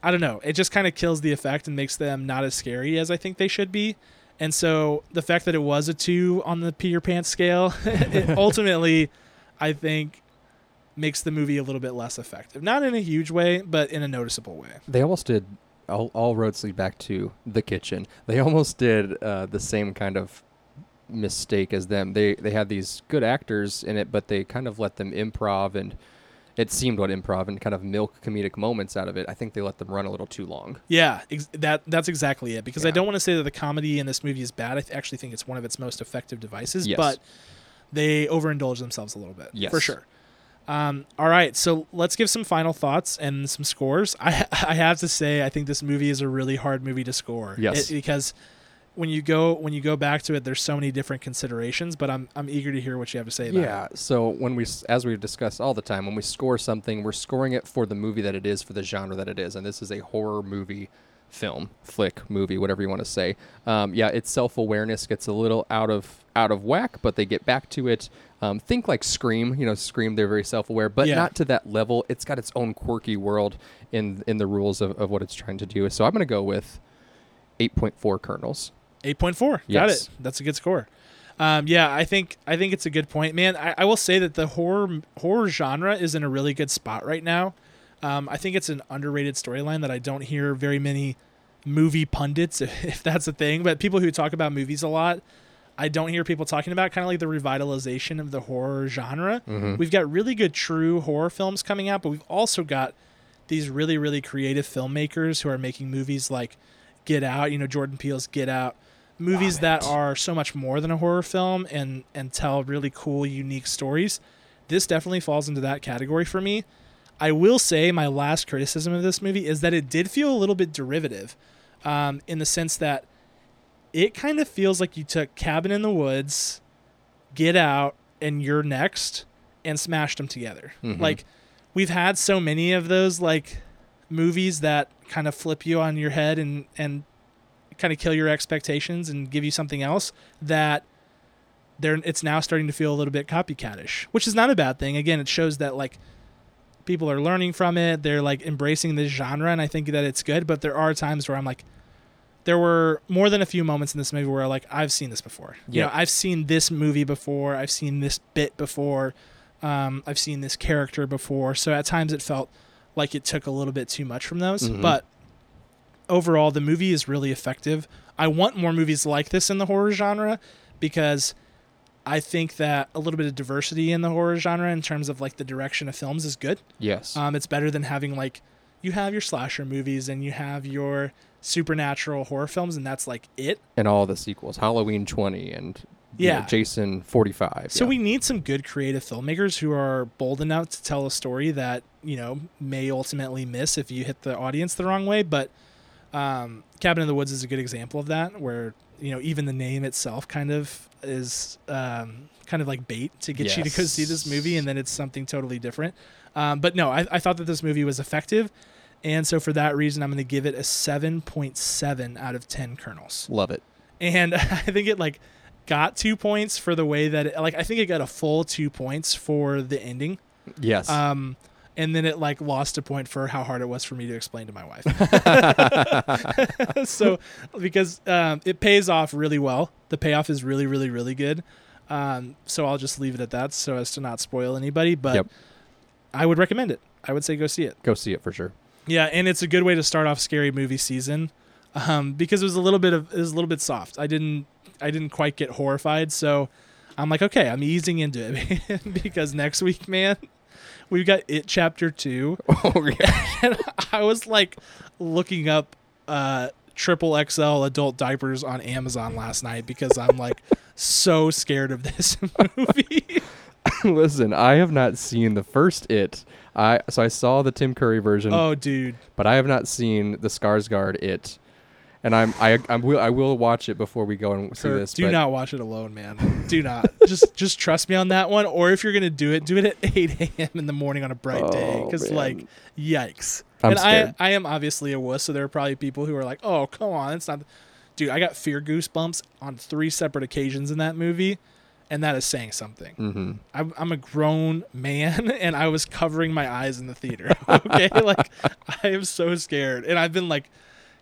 S1: I don't know. It just kind of kills the effect and makes them not as scary as I think they should be. And so the fact that it was a two on the Peter Pan scale, it ultimately, I think, makes the movie a little bit less effective. Not in a huge way, but in a noticeable way.
S2: They almost did. All, all roads lead back to the kitchen. They almost did uh, the same kind of mistake as them. They they had these good actors in it, but they kind of let them improv and it seemed what improv and kind of milk comedic moments out of it. I think they let them run a little too long.
S1: Yeah, ex- that that's exactly it. Because I
S2: Yeah.
S1: don't want to say that the comedy in this movie is bad. I th- actually think it's one of its most effective devices,
S2: Yes.
S1: but they overindulge themselves a little bit.
S2: Yes.
S1: for sure. Um, all right, so let's give some final thoughts and some scores. I I have to say I think this movie is a really hard movie to score.
S2: Yes.
S1: It- because when you go when you go back to it, there's so many different considerations. But I'm I'm eager to hear what you have to say about it.
S2: Yeah. So when we, s- as we discuss all the time, when we score something, we're scoring it for the movie that it is, for the genre that it is, and this is a horror movie, film, flick, movie, whatever you want to say. Um, yeah, its self awareness gets a little out of out of whack, but they get back to it. Um, think like Scream. You know, Scream. They're very self aware, but
S1: Yeah.
S2: not to that level. It's got its own quirky world in in the rules of, of what it's trying to do. So I'm gonna go with eight point four kernels.
S1: Eight point four. Got
S2: Yes.
S1: it. That's a good score. Um, yeah, I think I think it's a good point, man. I, I will say that the horror horror genre is in a really good spot right now. Um, I think it's an underrated storyline that I don't hear very many movie pundits, if, if that's a thing, but people who talk about movies a lot, I don't hear people talking about. Kind of like the revitalization of the horror genre. We've got really good true horror films coming out, but we've also got these really really creative filmmakers who are making movies like Get Out, you know, Jordan Peele's Get Out, movies that are so much more than a horror film and and tell really cool unique stories. This definitely falls into that category for me. I will say my last criticism of this movie is that it did feel a little bit derivative um, in the sense that it kind of feels like you took Cabin in the Woods, Get Out, and You're Next and smashed them together. Like, we've had so many of those, like, movies that kind of flip you on your head and, and kind of kill your expectations and give you something else that they're, it's now starting to feel a little bit copycatish, which is not a bad thing. Again, it shows that, like, people are learning from it. They're like embracing this genre, and I think that it's good. But there are times where I'm like, there were more than a few moments in this movie where like I've seen this before. You
S2: Yeah.
S1: know, I've seen this movie before. I've seen this bit before. Um, I've seen this character before. So at times it felt like it took a little bit too much from those. But overall, the movie is really effective. I want more movies like this in the horror genre because I think that a little bit of diversity in the horror genre in terms of like the direction of films is good.
S2: Yes.
S1: Um, it's better than having like you have your slasher movies and you have your supernatural horror films, and that's like it.
S2: and all the sequels, Halloween 20 and you know,
S1: Yeah.
S2: Jason 45.
S1: So
S2: yeah.
S1: we need some good creative filmmakers who are bold enough to tell a story that you know may ultimately miss if you hit the audience the wrong way. But um, Cabin in the Woods is a good example of that, where you know even the name itself kind of is um, kind of like bait to get you to go
S2: Yes.
S1: see this movie, and then it's something totally different. Um, but no, I, I thought that this movie was effective, and so for that reason, I'm going to give it a 7.7 out of 10 kernels
S2: love it.
S1: and I think it like got two points for the way that it, like I think it got a full two points for the ending.
S2: Yes.
S1: Um, and then it like lost a point for how hard it was for me to explain to my wife. so because um, it pays off really well, the payoff is really really really good. Um, so I'll just leave it at that so as to not spoil anybody. But
S2: Yep.
S1: I would recommend it. I would say go see it.
S2: Go see it for sure.
S1: Yeah, and it's a good way to start off scary movie season, um, because it was a little bit of it was a little bit soft. I didn't I didn't quite get horrified, so I'm like, okay, I'm easing into it man, because next week, man, we've got it chapter two,
S2: Oh, yeah.
S1: and I was like looking up uh triple XL adult diapers on Amazon last night because I'm like so scared of this movie.
S2: Listen, I have not seen the first It. I So I saw the Tim Curry version,
S1: oh, dude.
S2: but I have not seen the Skarsgård It. And I'm I I'm, will I will watch it before we go and see
S1: Kirk,
S2: this.
S1: do
S2: but
S1: not watch it alone, man. Do not. just just trust me on that one. Or if you're gonna do it, do it at 8 a.m. in the morning on a bright day.
S2: Oh,
S1: Because
S2: man.
S1: like, yikes.
S2: I'm
S1: and
S2: scared.
S1: I I am obviously a wuss, so there are probably people who are like, oh come on, it's not. Dude, I got fear goosebumps on three separate occasions in that movie, and that is saying something.
S2: Mm-hmm.
S1: I'm, I'm a grown man and I was covering my eyes in the theater. Okay. like, I am so scared. And I've been like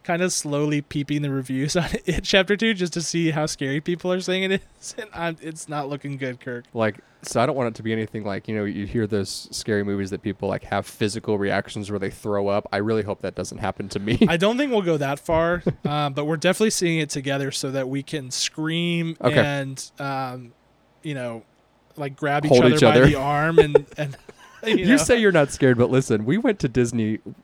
S1: kind of slowly peeping the reviews on it chapter two just to see how scary people are saying it is. And I'm, it's not looking good, Kirk.
S2: Like, so I don't want it to be anything like you know you hear those scary movies that people like have physical reactions where they throw up. I really hope that doesn't happen to me.
S1: I don't think we'll go that far, uh, but we're definitely seeing it together so that we can scream
S2: Okay.
S1: and, um, you know, like grab each
S2: Hold
S1: other
S2: each
S1: by
S2: other.
S1: the arm and, and you,
S2: you
S1: know.
S2: say you're not scared, but listen, we went to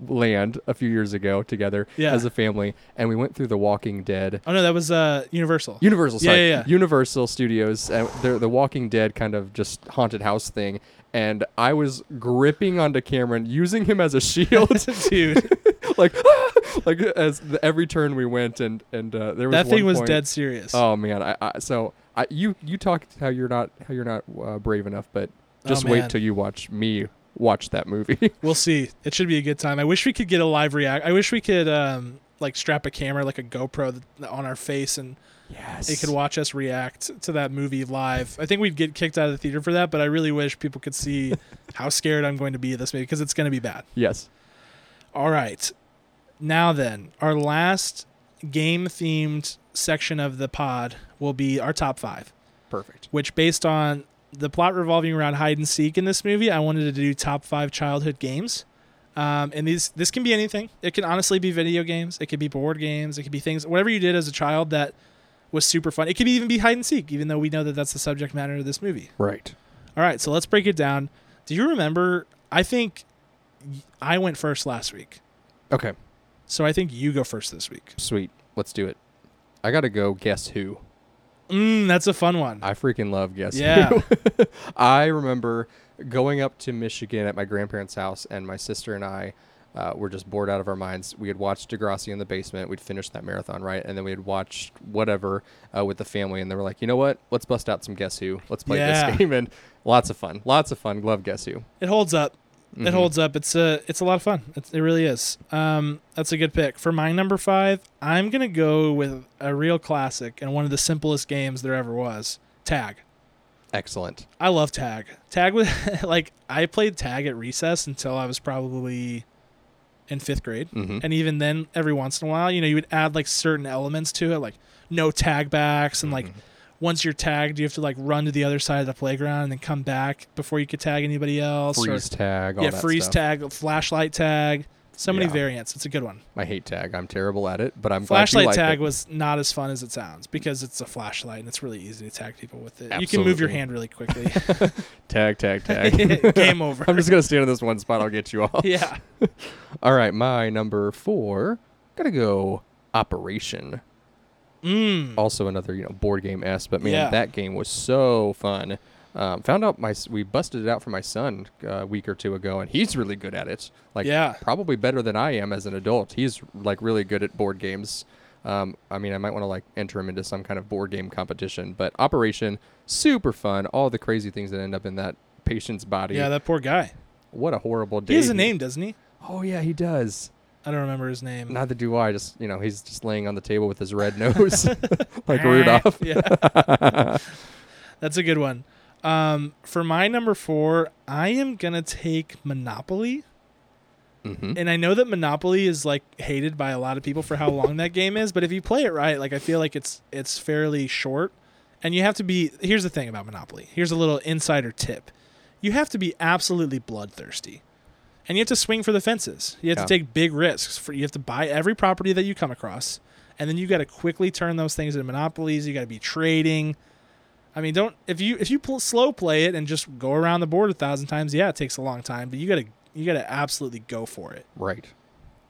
S2: Disneyland a few years ago together
S1: Yeah.
S2: as a family, and we went through The Walking Dead.
S1: oh no, that was uh, Universal.
S2: Universal,
S1: Yeah,
S2: sorry,
S1: yeah, yeah.
S2: Universal Studios, and the the Walking Dead kind of just haunted house thing, and I was gripping onto Cameron, using him as a shield,
S1: Dude,
S2: like, like as the, every turn we went, and and uh, there was
S1: that thing
S2: one
S1: was
S2: point-
S1: dead serious.
S2: Oh man, I, I so I you you talked how you're not how you're not uh, brave enough, but
S1: Oh,
S2: just wait
S1: man.
S2: till you watch me watch that movie.
S1: We'll see. It should be a good time. I wish we could get a live react. I wish we could um, like strap a camera, like a GoPro, th- on our face, and
S2: yes,
S1: it could watch us react to that movie live. I think we'd get kicked out of the theater for that, but I really wish people could see how scared I'm going to be of this movie because it's going to be bad.
S2: Yes.
S1: All right. Now then, our last game themed section of the pod will be our top five,
S2: Perfect.
S1: which based on the plot revolving around hide and seek in this movie, I wanted to do top five childhood games. Um, and these this can be anything. It can honestly be video games. It could be board games. It could be things whatever you did as a child that was super fun. It could even be hide and seek, even though we know that that's the subject matter of this movie.
S2: Right.
S1: All right, so let's break it down. Do you remember? I think y- I went first last week.
S2: Okay.
S1: So I think you go first this week.
S2: Sweet. Let's do it. I gotta go. Guess who?
S1: Mm, that's a fun one.
S2: I freaking love Guess
S1: Yeah.
S2: Who. I remember going up to Michigan at my grandparents' house, and my sister and I uh, were just bored out of our minds. We had watched Degrassi in the basement. We'd finished that marathon, right? And then we had watched whatever uh, with the family, and they were like, you know what? Let's bust out some Guess Who. Let's play
S1: Yeah.
S2: this game. And lots of fun. Lots of fun. Love Guess Who.
S1: It holds up. It holds up. It's a it's a lot of fun. It, it really is. Um, that's a good pick for my number five. I'm gonna go with a real classic and one of the simplest games there ever was. Tag.
S2: Excellent.
S1: I love tag. Tag was like I played tag at recess until I was probably in fifth grade,
S2: Mhm.
S1: and even then, every once in a while, you know, you would add like certain elements to it, like no tag backs, and like once you're tagged, you have to like run to the other side of the playground and then come back before you could tag anybody else. or-
S2: Freeze tag. All
S1: yeah,
S2: that
S1: freeze
S2: stuff.
S1: tag, flashlight tag. So many
S2: Yeah.
S1: variants. It's a good one.
S2: I hate tag. I'm terrible at it, but I'm glad you
S1: Flashlight
S2: like
S1: tag
S2: it.
S1: was not as fun as it sounds because it's a flashlight and it's really easy to tag people with it. You can move your
S2: Absolutely.
S1: hand really quickly.
S2: tag tag tag.
S1: Game over.
S2: I'm just gonna stand in this one spot. I'll get you all.
S1: yeah.
S2: All right, my number four. Gotta go. Operation.
S1: Mm.
S2: Also another you know board game s, but man,
S1: Yeah.
S2: that game was so fun. Um, found out my s- we busted it out for my son uh, a week or two ago, and he's really good at it. Like
S1: Yeah.
S2: probably better than I am as an adult. He's like really good at board games. Um, I mean, I might want to like enter him into some kind of board game competition. But Operation, super fun. All the crazy things that end up in that patient's body.
S1: Yeah, that poor guy.
S2: what a horrible day.
S1: He has a
S2: he-
S1: name, doesn't he?
S2: Oh yeah, he does.
S1: I don't remember his name.
S2: Neither do I. Just you know, he's just laying on the table with his red nose, like Rudolph.
S1: yeah. That's a good one. Um, for my number four, I am gonna take Monopoly.
S2: Mhm.
S1: And I know that Monopoly is like hated by a lot of people for how long that game is, but if you play it right, like I feel like it's it's fairly short. And you have to be here's the thing about Monopoly. Here's a little insider tip. You have to be absolutely bloodthirsty. And you have to swing for the fences. You have
S2: Yeah.
S1: to take big risks for you have to buy every property that you come across. And then you got to quickly turn those things into monopolies. You got to be trading. I mean, don't if you if you pl- slow play it and just go around the board a thousand times, yeah, it takes a long time, but you gotta you gotta absolutely go for it.
S2: Right.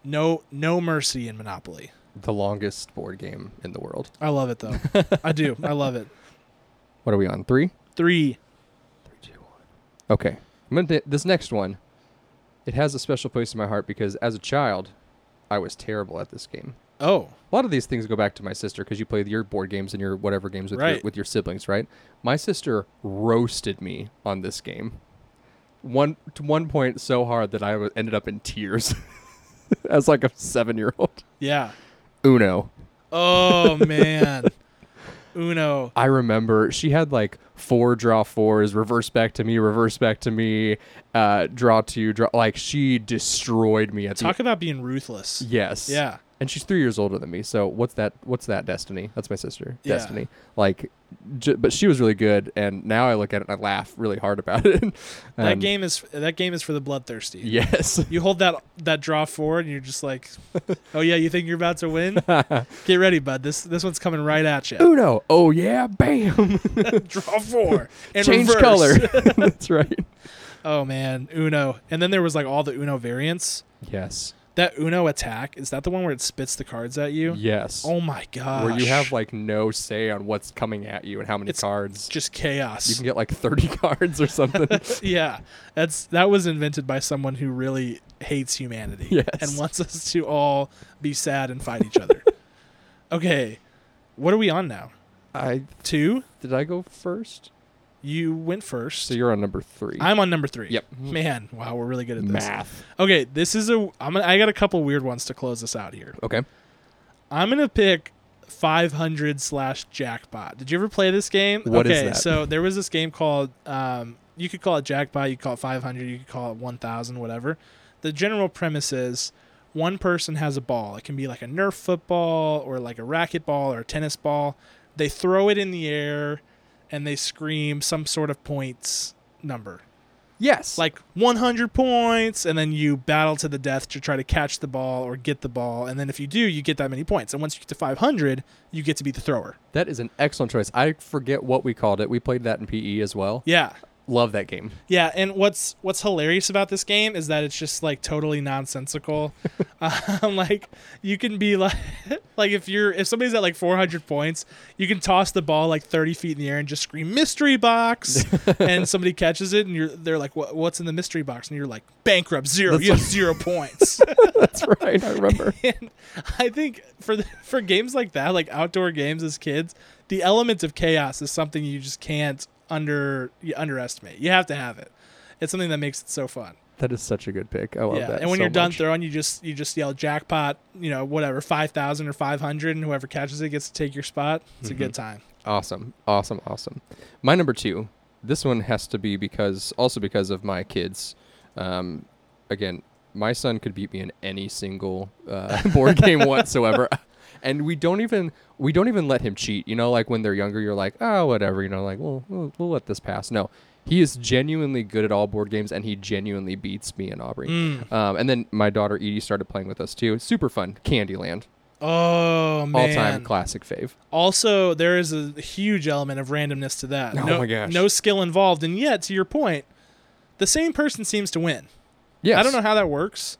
S1: No no mercy in Monopoly.
S2: The longest board game in the world.
S1: I love it though. I do. I love it.
S2: What are we on? Three.
S1: Three.
S2: Okay. I'm gonna th- this next one. It has a special place in my heart because as a child, I was terrible at this game.
S1: Oh,
S2: A lot of these things go back to my sister because you play your board games and your whatever games with your,
S1: Right.
S2: with your siblings, right? My sister roasted me on this game. One to one point so hard that I wa- ended up in tears as like a seven year old.
S1: yeah.
S2: Uno.
S1: Oh man. Uno.
S2: I remember she had like four draw fours, reverse back to me, reverse back to me, uh, draw two, draw. Like she destroyed me at the
S1: Talk about being ruthless.
S2: Yes.
S1: Yeah.
S2: And she's three years older than me. So what's that? What's that? Destiny. That's my sister.
S1: Yeah.
S2: Destiny. Like, j- but she was really good. And now I look at it and I laugh really hard about it.
S1: that
S2: Um,
S1: game is that game is for the bloodthirsty.
S2: Yes.
S1: You hold that that draw forward, and you're just like, "Oh yeah, you think you're about to win? Get ready, bud. This this one's coming right at you.
S2: Uno. Oh yeah. Bam.
S1: draw four and
S2: Change
S1: reverse.
S2: color. That's right.
S1: Oh man, Uno. And then there was like all the Uno variants.
S2: Yes.
S1: That Uno attack is that the one where it spits the cards at you?
S2: Yes.
S1: Oh my god.
S2: Where you have like no say on what's coming at you and how many
S1: It's-
S2: cards.
S1: just chaos.
S2: You can get like 30 cards or something.
S1: yeah, that's that was invented by someone who really hates humanity
S2: Yes.
S1: and wants us to all be sad and fight each other. okay, what are we on now?
S2: I
S1: Two.
S2: did I go first?
S1: You went first.
S2: So you're on number 3.
S1: I'm on number three.
S2: Yep.
S1: Man, wow, we're really good at this.
S2: math.
S1: Okay, this is a. I'm gonna, I got a couple weird ones to close this out here.
S2: Okay.
S1: I'm gonna pick 500 slash jackpot. Did you ever play this game?
S2: What is
S1: okay,
S2: that?
S1: so there was this game called um, you could call it jackpot, you could call it 500, you could call it 1,000, whatever. The general premise is one person has a ball. It can be like a Nerf football or like a racquetball or a tennis ball. They throw it in the air and they scream some sort of points number
S2: Yes.
S1: like 100 points and then you battle to the death to try to catch the ball or get the ball and then if you do you get that many points and once you get to 500 you get to be the thrower
S2: That is an excellent choice. I forget what we called it. We played that in PE as well.
S1: yeah
S2: Love that game.
S1: yeah and what's what's hilarious about this game is that it's just like totally nonsensical um, like you can be like like if you're if somebody's at like 400 points you can toss the ball like 30 feet in the air and just scream mystery box and somebody catches it and you're they're like what, what's in the mystery box and you're like bankrupt zero you have zero points
S2: That's right. I remember.
S1: and I think for the, for games like that, like outdoor games as kids, the element of chaos is something you just can't under you underestimate. You have to have it. It's something that makes it so fun.
S2: that is such a good pick. I love
S1: yeah.
S2: that.
S1: And when
S2: so
S1: you're done
S2: much.
S1: throwing, you just you just yell jackpot, you know, whatever, 5,000 or 500 and whoever catches it gets to take your spot. It's a good
S2: Mm-hmm.
S1: time.
S2: Awesome. Awesome. Awesome. My number two. This one has to be because also because of my kids. Um, again, my son could beat me in any single uh, board game whatsoever. And we don't even we don't even let him cheat. You know, like when they're younger, you're like, oh, whatever. You know, like well, we'll, we'll let this pass. No, he is genuinely good at all board games, and he genuinely beats me and Aubrey.
S1: Mm.
S2: Um, and then my daughter Edie started playing with us too. Super fun, Candyland,
S1: Oh man.
S2: all time classic fave.
S1: Also, there is a huge element of randomness to that.
S2: Oh
S1: no,
S2: my gosh.
S1: No skill involved, and yet, to your point, the same person seems to win.
S2: Yes.
S1: I don't know how that works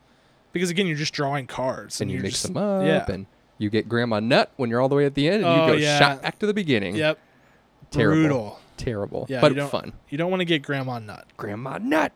S1: because again, you're just drawing cards
S2: and you
S1: you're
S2: mix
S1: just-
S2: them up
S1: Yeah.
S2: and you get grandma nut when you're all the way at the end and
S1: Oh,
S2: you go
S1: yeah.
S2: shot back to the beginning
S1: yep.
S2: terrible
S1: Brutal.
S2: terrible
S1: Yeah,
S2: but
S1: you don't,
S2: fun
S1: You don't want to get grandma nut.
S2: grandma nut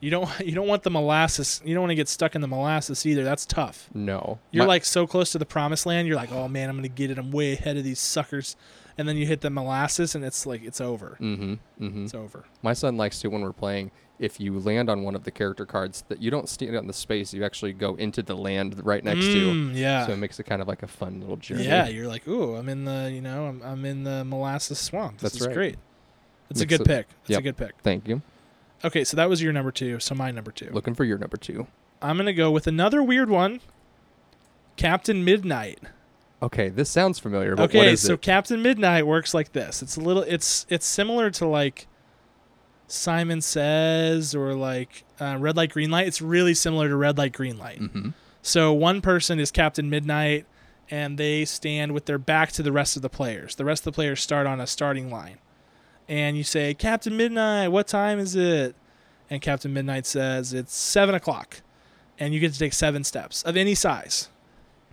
S1: You don't. You don't want the molasses. You don't want to get stuck in the molasses either. That's tough.
S2: no
S1: You're
S2: My-
S1: like so close to the promised land. You're like, oh man, I'm gonna get it. I'm way ahead of these suckers, and then you hit the molasses, and it's like it's over.
S2: Mm-hmm,
S1: It's over.
S2: my son likes to when we're playing if you land on one of the character cards that you don't stand on the space you actually go into the land right next
S1: Mm,
S2: to
S1: yeah.
S2: so it makes it kind of like a fun little journey
S1: Yeah, you're like, ooh, I'm in the, you know, I'm, I'm in the molasses swamp. This
S2: That's
S1: is
S2: right.
S1: great. It's
S2: Makes
S1: a good
S2: it-
S1: pick. It's
S2: yep.
S1: a good pick.
S2: thank you
S1: Okay, so that was your number two. So my number two.
S2: looking for your number two
S1: I'm gonna go with another weird one. Captain Midnight.
S2: okay this sounds familiar but what
S1: Okay,
S2: is
S1: so
S2: it
S1: Captain Midnight works like this. It's a little. It's it's similar to like Simon Says or like uh, Red Light Green Light. It's really similar to Red Light Green Light.
S2: Mm-hmm.
S1: So one person is Captain Midnight, and they stand with their back to the rest of the players. The rest of the players start on a starting line, and you say, "Captain Midnight, what time is it?" And Captain Midnight says, "It's seven o'clock," and you get to take seven steps of any size,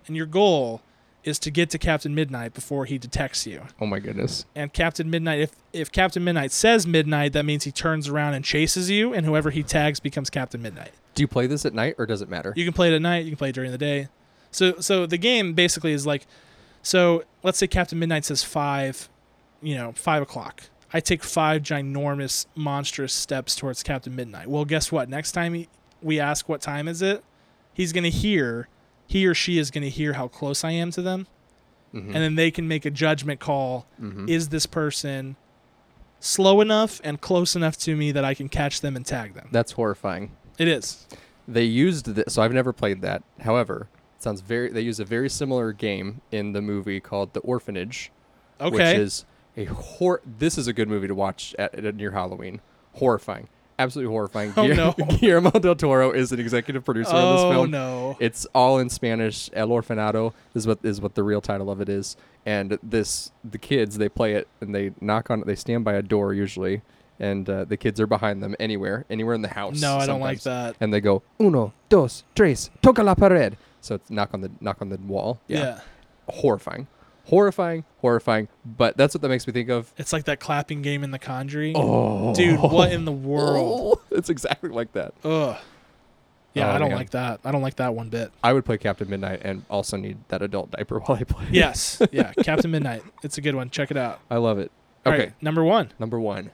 S1: and your goal is to get to Captain Midnight before he detects you.
S2: oh my goodness
S1: And Captain Midnight, if if Captain Midnight says midnight, that means he turns around and chases you, and whoever he tags becomes Captain Midnight.
S2: do you play this at night or does it matter
S1: You can play it at night. You can play it during the day. So so the game basically is like, so let's say Captain Midnight says five, you know, five o'clock. I take five ginormous, monstrous steps towards Captain Midnight. Well, guess what? Next time he, we ask what time is it, he's gonna hear, he or she is gonna hear how close I am to them, and then they can make a judgment call is this person slow enough and close enough to me that I can catch them and tag them?
S2: That's horrifying.
S1: It is.
S2: They used this, so I've never played that. However, it sounds very. They use a very similar game in the movie called The Orphanage,
S1: Okay.
S2: which is a hor. This is a good movie to watch at, at near Halloween. Horrifying, absolutely horrifying.
S1: Oh,
S2: Guillermo-
S1: no.
S2: Guillermo del Toro is an executive producer on this
S1: Oh,
S2: film.
S1: no.
S2: It's all in Spanish. El Orfanato is what is what the real title of it is. And this, the kids, they play it and they knock on. They stand by a door usually, and uh, the kids are behind them anywhere, anywhere in the house.
S1: No, I don't like
S2: sometimes.
S1: that.
S2: And they go uno, dos, tres, toca la pared. So it's knock on the knock on the wall.
S1: yeah.
S2: horrifying, horrifying, horrifying. But that's what that makes me think of.
S1: It's like that clapping game in The Conjuring. Oh, dude, what in the world?
S2: it's exactly like that.
S1: Ugh. Yeah,
S2: Oh,
S1: I don't
S2: man.
S1: like that. I don't like that one bit.
S2: I would play Captain Midnight and also need that adult diaper while I play.
S1: Yes, yeah, Captain Midnight. It's a good one. Check it out.
S2: I love it.
S1: All
S2: Okay,
S1: right, number one.
S2: Number one,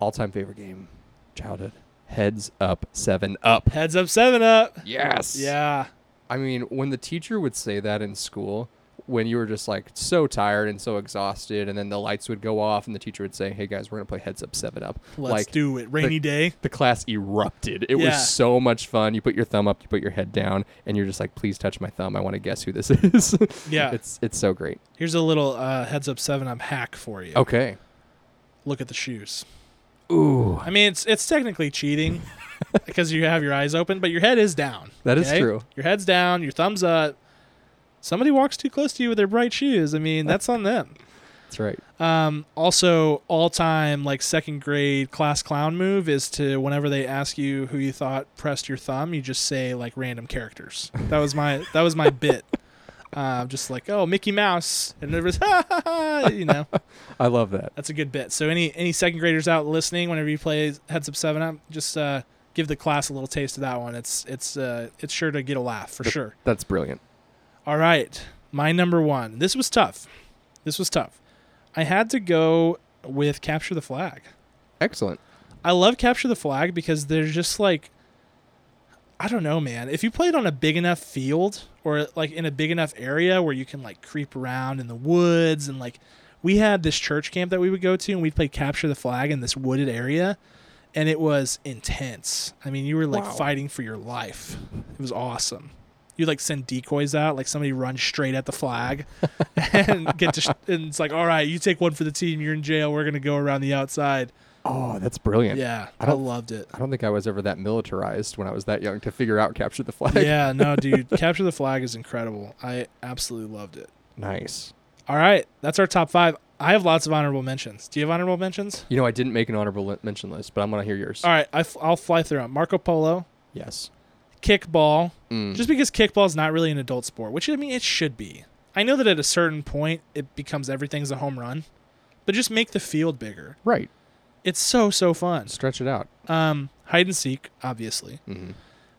S2: all time favorite game, childhood. Heads up, seven up.
S1: Heads up, seven up.
S2: Yes.
S1: Yeah,
S2: I mean, when the teacher would say that in school, when you were just like so tired and so exhausted, and then the lights would go off, and the teacher would say, "Hey guys, we're gonna play heads up, seven up."
S1: let's
S2: like,
S1: do it. Rainy day.
S2: The class erupted. It
S1: Yeah.
S2: was so much fun. You put your thumb up, you put your head down, and you're just like, "Please touch my thumb. I want to guess who this is."
S1: Yeah.
S2: It's it's so great.
S1: Here's a little uh, heads up, seven up hack for you.
S2: Okay.
S1: Look at the shoes.
S2: Ooh.
S1: I mean, it's it's technically cheating because you have your eyes open, but your head is down.
S2: That is true.
S1: Your head's down. Your thumbs up. Somebody walks too close to you with their bright shoes. I mean, that's on them.
S2: That's right.
S1: Um, also, all time like second grade class clown move is to whenever they ask you who you thought pressed your thumb, you just say like random characters. That was my that was my bit. Um, just like oh Mickey Mouse, and there was ha ha ha. You know
S2: I love that.
S1: that's a good bit. So any any second graders out listening, whenever you play Heads Up Seven Up, just uh, give the class a little taste of that one. It's it's uh, it's sure to get a laugh for sure.
S2: That's brilliant.
S1: All right, my number one. This was tough. This was tough. I had to go with Capture the Flag.
S2: Excellent.
S1: I love Capture the Flag because there's just like, I don't know, man. If you play it on a big enough field or like in a big enough area where you can like creep around in the woods and like, we had this church camp that we would go to and we'd play Capture the Flag in this wooded area, and it was intense. I mean, you were like
S2: Wow.
S1: fighting for your life. It was awesome. You like send decoys out, like somebody runs straight at the flag, and get to, and it's like, all right, you take one for the team. You're in jail. We're gonna go around the outside.
S2: Oh, that's brilliant.
S1: Yeah,
S2: I
S1: I
S2: don't-
S1: loved it.
S2: I don't think I was ever that militarized when I was that young to figure out capture the flag.
S1: yeah, no, dude, Capture the Flag is incredible. I absolutely loved it.
S2: Nice.
S1: All right, that's our top five. I have lots of honorable mentions. Do you have honorable mentions?
S2: You know, I didn't make an honorable li- mention list, but I'm gonna hear yours.
S1: All right, I f- I'll fly through them. Marco Polo,
S2: Yes.
S1: kickball,
S2: Mm.
S1: just because kickball is not really an adult sport, which I mean it should be. I know that at a certain point it becomes everything's a home run, but just make the field bigger.
S2: Right.
S1: It's so so fun.
S2: Stretch it out.
S1: Um, hide and seek, obviously.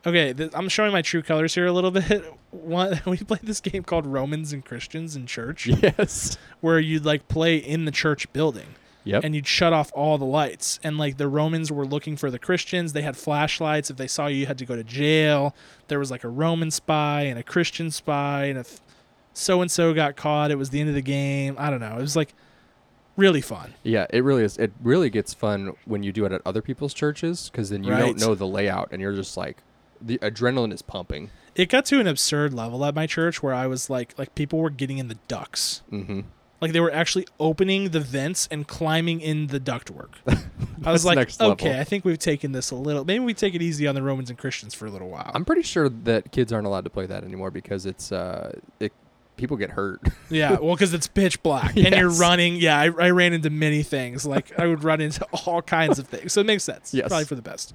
S1: Okay, th- I'm showing my true colors here a little bit. One, we played this game called Romans and Christians in church.
S2: Yes.
S1: where you'd like play in the church building
S2: Yep.
S1: and you'd shut off all the lights and like the romans were looking for the christians they had flashlights if they saw you you had to go to jail there was like a roman spy and a christian spy and if so and so got caught it was the end of the game i don't know it was like really fun
S2: yeah, it really is. It really gets fun when you do it at other people's churches because then you
S1: Right.
S2: don't know the layout and you're just like, the adrenaline is pumping.
S1: it got to an absurd level at my church where i was like like people were getting in the ducts
S2: Mm-hmm.
S1: like they were actually opening the vents and climbing in the ductwork i was
S2: That's
S1: like
S2: next level.
S1: okay i think we've taken this a little maybe we take it easy on the romans and christians for a little while
S2: I'm pretty sure that kids aren't allowed to play that anymore because it's uh, it people get hurt.
S1: Yeah, well, because it's pitch black and you're
S2: Yes.
S1: running. Yeah, I, I ran into many things. Like I would run into all kinds of things. So it makes sense.
S2: Yes.
S1: probably for the best.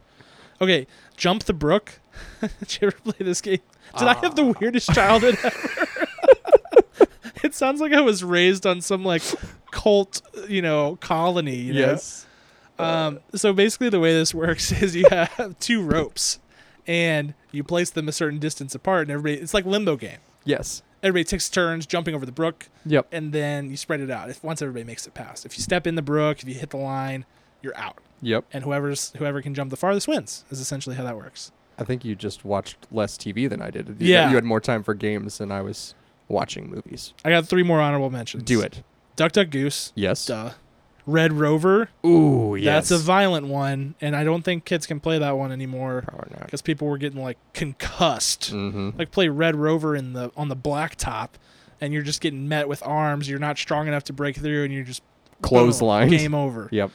S1: Okay, jump the brook. Did you ever play this game? Did I have the
S2: Ah.
S1: weirdest childhood ever? it sounds like I was raised on some like cult, you know, colony. You know? Um, so basically, the way this works is you have two ropes, and you place them a certain distance apart, and everybody. It's like limbo game.
S2: Yes.
S1: Everybody takes turns jumping over the brook
S2: Yep.
S1: and then you spread it out. If once everybody makes it past, if you step in the brook, if you hit the line, you're out.
S2: yep.
S1: And whoever's whoever can jump the farthest wins is essentially how that works.
S2: I think you just watched less TV than I did. You-
S1: Yeah.
S2: You had more time for games than I was. watching movies.
S1: I got three more honorable mentions.
S2: Do it.
S1: Duck Duck Goose.
S2: Yes.
S1: Duh. Red Rover.
S2: Ooh, yes.
S1: That's a violent one, and I don't think kids can play that one anymore
S2: Probably not.
S1: because people were getting like concussed.
S2: Mm-hmm.
S1: Like play Red Rover in the on the blacktop, and you're just getting met with arms. You're not strong enough to break through, and you're just
S2: Clotheslined.
S1: Boom, game over.
S2: Yep.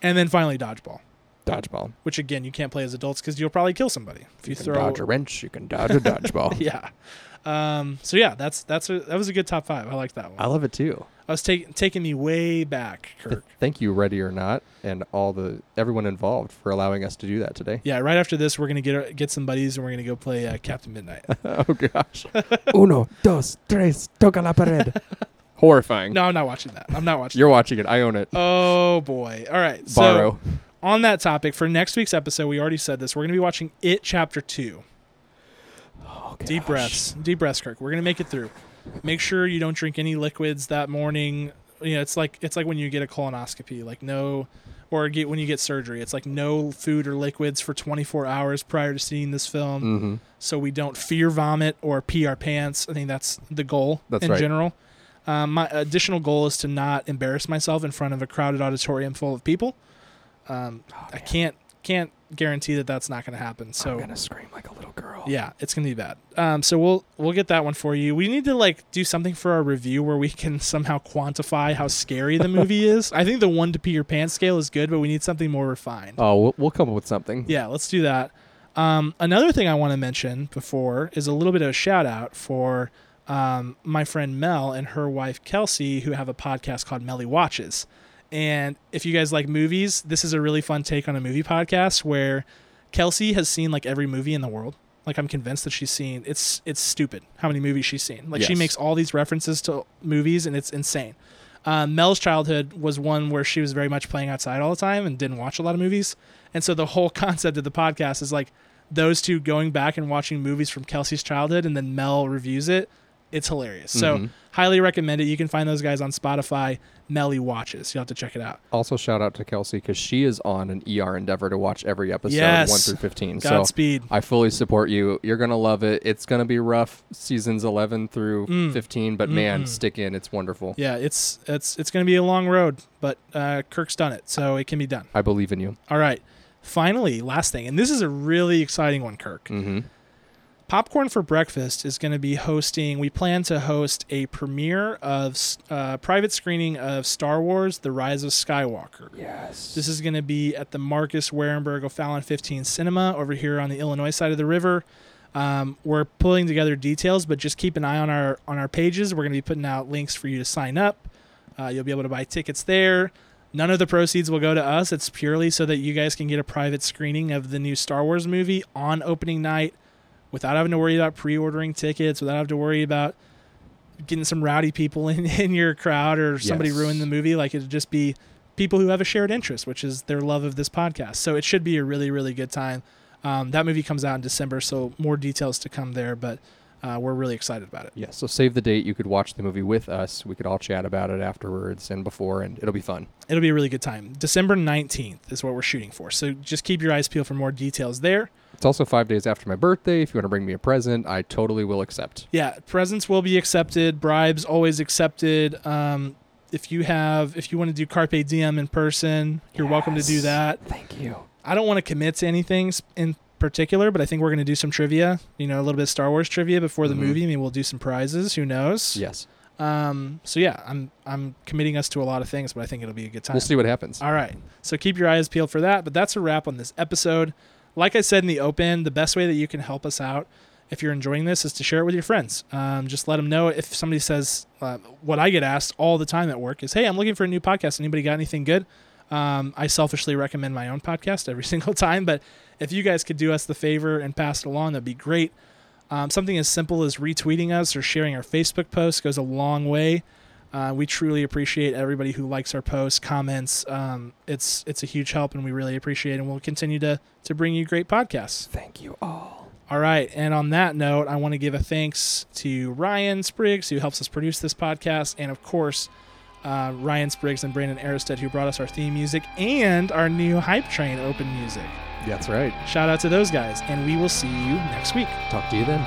S1: And then finally dodgeball,
S2: Dodgeball.
S1: which again you can't play as adults because you'll probably kill somebody if you,
S2: You can
S1: throw.
S2: dodge a wrench. You can dodge a dodgeball.
S1: Yeah. Um, so yeah, that's that's a, that was a good top five. I like that one.
S2: I love it too.
S1: I was taking taking me way back, Kirk.
S2: Thank you, Ready or Not, and all the everyone involved for allowing us to do that today.
S1: Yeah, right after this, we're gonna get uh, get some buddies and we're gonna go play uh, Captain Midnight.
S2: Oh gosh. Uno, dos, tres, toca la pared. Horrifying.
S1: no, I'm not watching that. I'm not watching.
S2: You're watching it. I own it.
S1: that. Oh boy! All right. So
S2: Borrow.
S1: on that topic for next week's episode, we already said this. We're gonna be watching It Chapter Two.
S2: Oh,
S1: Deep
S2: gosh.
S1: breaths, deep breaths, Kirk. We're gonna make it through. Make sure you don't drink any liquids that morning. You know, it's like it's like when you get a colonoscopy, like no, or get when you get surgery. It's like no food or liquids for 24 hours prior to seeing this film.
S2: Mhm.
S1: so we don't fear vomit or pee our pants. I think that's the goal
S2: That's
S1: in
S2: right.
S1: general. Um, my additional goal is to not embarrass myself in front of a crowded auditorium full of people. Um, I can't can't guarantee that that's not going to happen. So
S2: Oh, I'm gonna scream like a little girl.
S1: yeah, it's going to be bad. Um, so we'll we'll get that one for you. We need to like do something for our review where we can somehow quantify how scary the movie is. I think the one to pee your pants scale is good, but we need something more refined.
S2: Oh, we'll, we'll come up with something.
S1: Yeah, let's do that. Um, another thing I want to mention before is a little bit of a shout out for um, my friend Mel and her wife Kelsey, who have a podcast called Melly Watches. And if you guys like movies, this is a really fun take on a movie podcast where Kelsey has seen like every movie in the world. Like I'm convinced that she's seen it's it's stupid how many movies she's seen. Like she
S2: Yes.
S1: makes all these references to movies and it's insane. Uh, Mel's childhood was one where she was very much playing outside all the time and didn't watch a lot of movies. And so the whole concept of the podcast is like those two going back and watching movies from Kelsey's childhood and then Mel reviews it. It's hilarious. So highly recommend it. You can find those guys on Spotify. Melly watches. You'll have to check it out.
S2: Also, shout out to Kelsey because she is on an ER endeavor to watch every episode
S1: Yes.
S2: one through fifteen.
S1: Godspeed.
S2: So I fully support you. You're gonna love it. It's gonna be rough seasons eleven through fifteen, but man, stick in. It's wonderful.
S1: Yeah, it's it's it's going to be a long road, but uh, Kirk's done it, so it can be done.
S2: I believe in you.
S1: All right. Finally, last thing, and this is a really exciting one, Kirk.
S2: Mm-hmm.
S1: Popcorn for Breakfast is going to be hosting. We plan to host a premiere of uh, private screening of Star Wars: The Rise of Skywalker.
S2: Yes.
S1: This is going to be at the Marcus Warenberg O'Fallon 15 Cinema over here on the Illinois side of the river. Um, we're pulling together details, but just keep an eye on our on our pages. We're going to be putting out links for you to sign up. Uh, you'll be able to buy tickets there. None of the proceeds will go to us. It's purely so that you guys can get a private screening of the new Star Wars movie on opening night without having to worry about pre-ordering tickets, without having to worry about getting some rowdy people in, in your crowd or somebody
S2: Yes.
S1: ruin the movie. Like it'd just be people who have a shared interest, which is their love of this podcast. So it should be a really, really good time. Um, that movie comes out in December, so more details to come there, but uh, we're really excited about it.
S2: Yeah, so save the date. You could watch the movie with us. We could all chat about it afterwards and before, and it'll be fun.
S1: It'll be a really good time. December 19th is what we're shooting for. So just keep your eyes peeled for more details there.
S2: It's also five days after my birthday. If you want to bring me a present, I totally will accept.
S1: Yeah, presents will be accepted. Bribes always accepted. Um, if you have, if you want to do carpe diem in person, you're welcome to do that.
S2: Thank you.
S1: I don't want to commit to anything s- in particular, but I think we're going to do some trivia. You know, a little bit of Star Wars trivia before the movie. I mean, we'll do some prizes. Who knows?
S2: Yes.
S1: Um. So yeah, I'm I'm committing us to a lot of things, but I think it'll be a good time.
S2: We'll see what happens.
S1: All right. So keep your eyes peeled for that. But that's a wrap on this episode. Like I said in the open, the best way that you can help us out if you're enjoying this is to share it with your friends. Um, just let them know if somebody says uh, what I get asked all the time at work is, "Hey, I'm looking for a new podcast. Anybody got anything good?" Um, I selfishly recommend my own podcast every single time, but if you guys could do us the favor and pass it along, that'd be great. Um, something as simple as retweeting us or sharing our Facebook post goes a long way. Uh, we truly appreciate everybody who likes our posts, comments. Um, it's it's a huge help, and we really appreciate. it, And we'll continue to to bring you great podcasts.
S2: Thank you all.
S1: All right, and on that note, I want to give a thanks to Ryan Spriggs who helps us produce this podcast, and of course, uh, Ryan Spriggs and Brandon Aristed who brought us our theme music and our new hype train open music.
S2: That's right.
S1: Shout out to those guys, and we will see you next week.
S2: Talk to you then.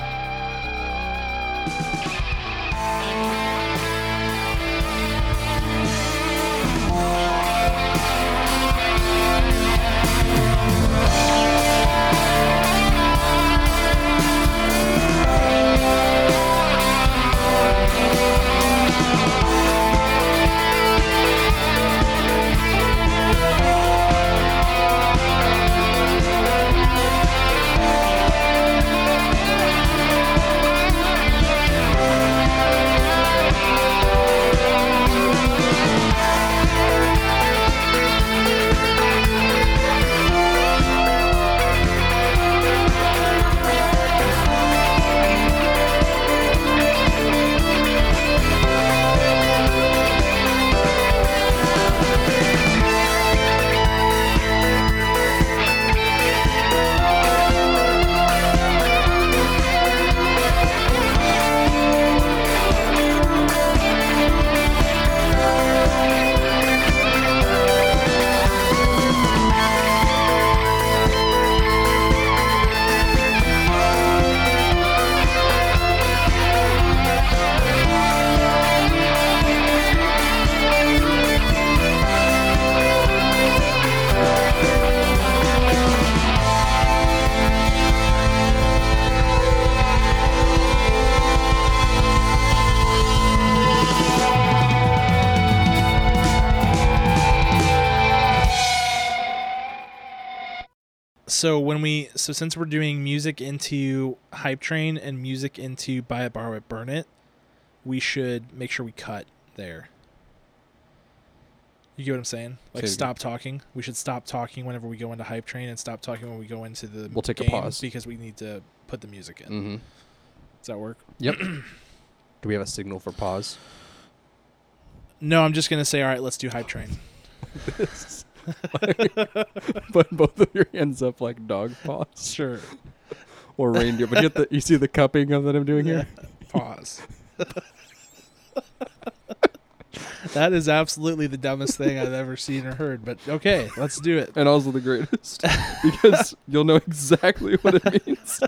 S1: so when we so since we're doing music into hype train and music into buy it borrow it burn it we should make sure we cut there you get what i'm saying like
S2: Say it again.
S1: stop talking we should stop talking whenever we go into hype train and stop talking when we go into the
S2: We'll take a
S1: game
S2: pause.
S1: because we need to put the music in
S2: Mm-hmm.
S1: does that work
S2: Yep. Do we have a signal for pause?
S1: no i'm just gonna say all right let's do hype train
S2: Put both of your hands up like dog paws
S1: sure
S2: or reindeer. But you, get the, you see the cupping of that I'm doing here?
S1: pause that is absolutely the dumbest thing i've ever seen or heard but okay let's do it
S2: And also the greatest because you'll know exactly what it means.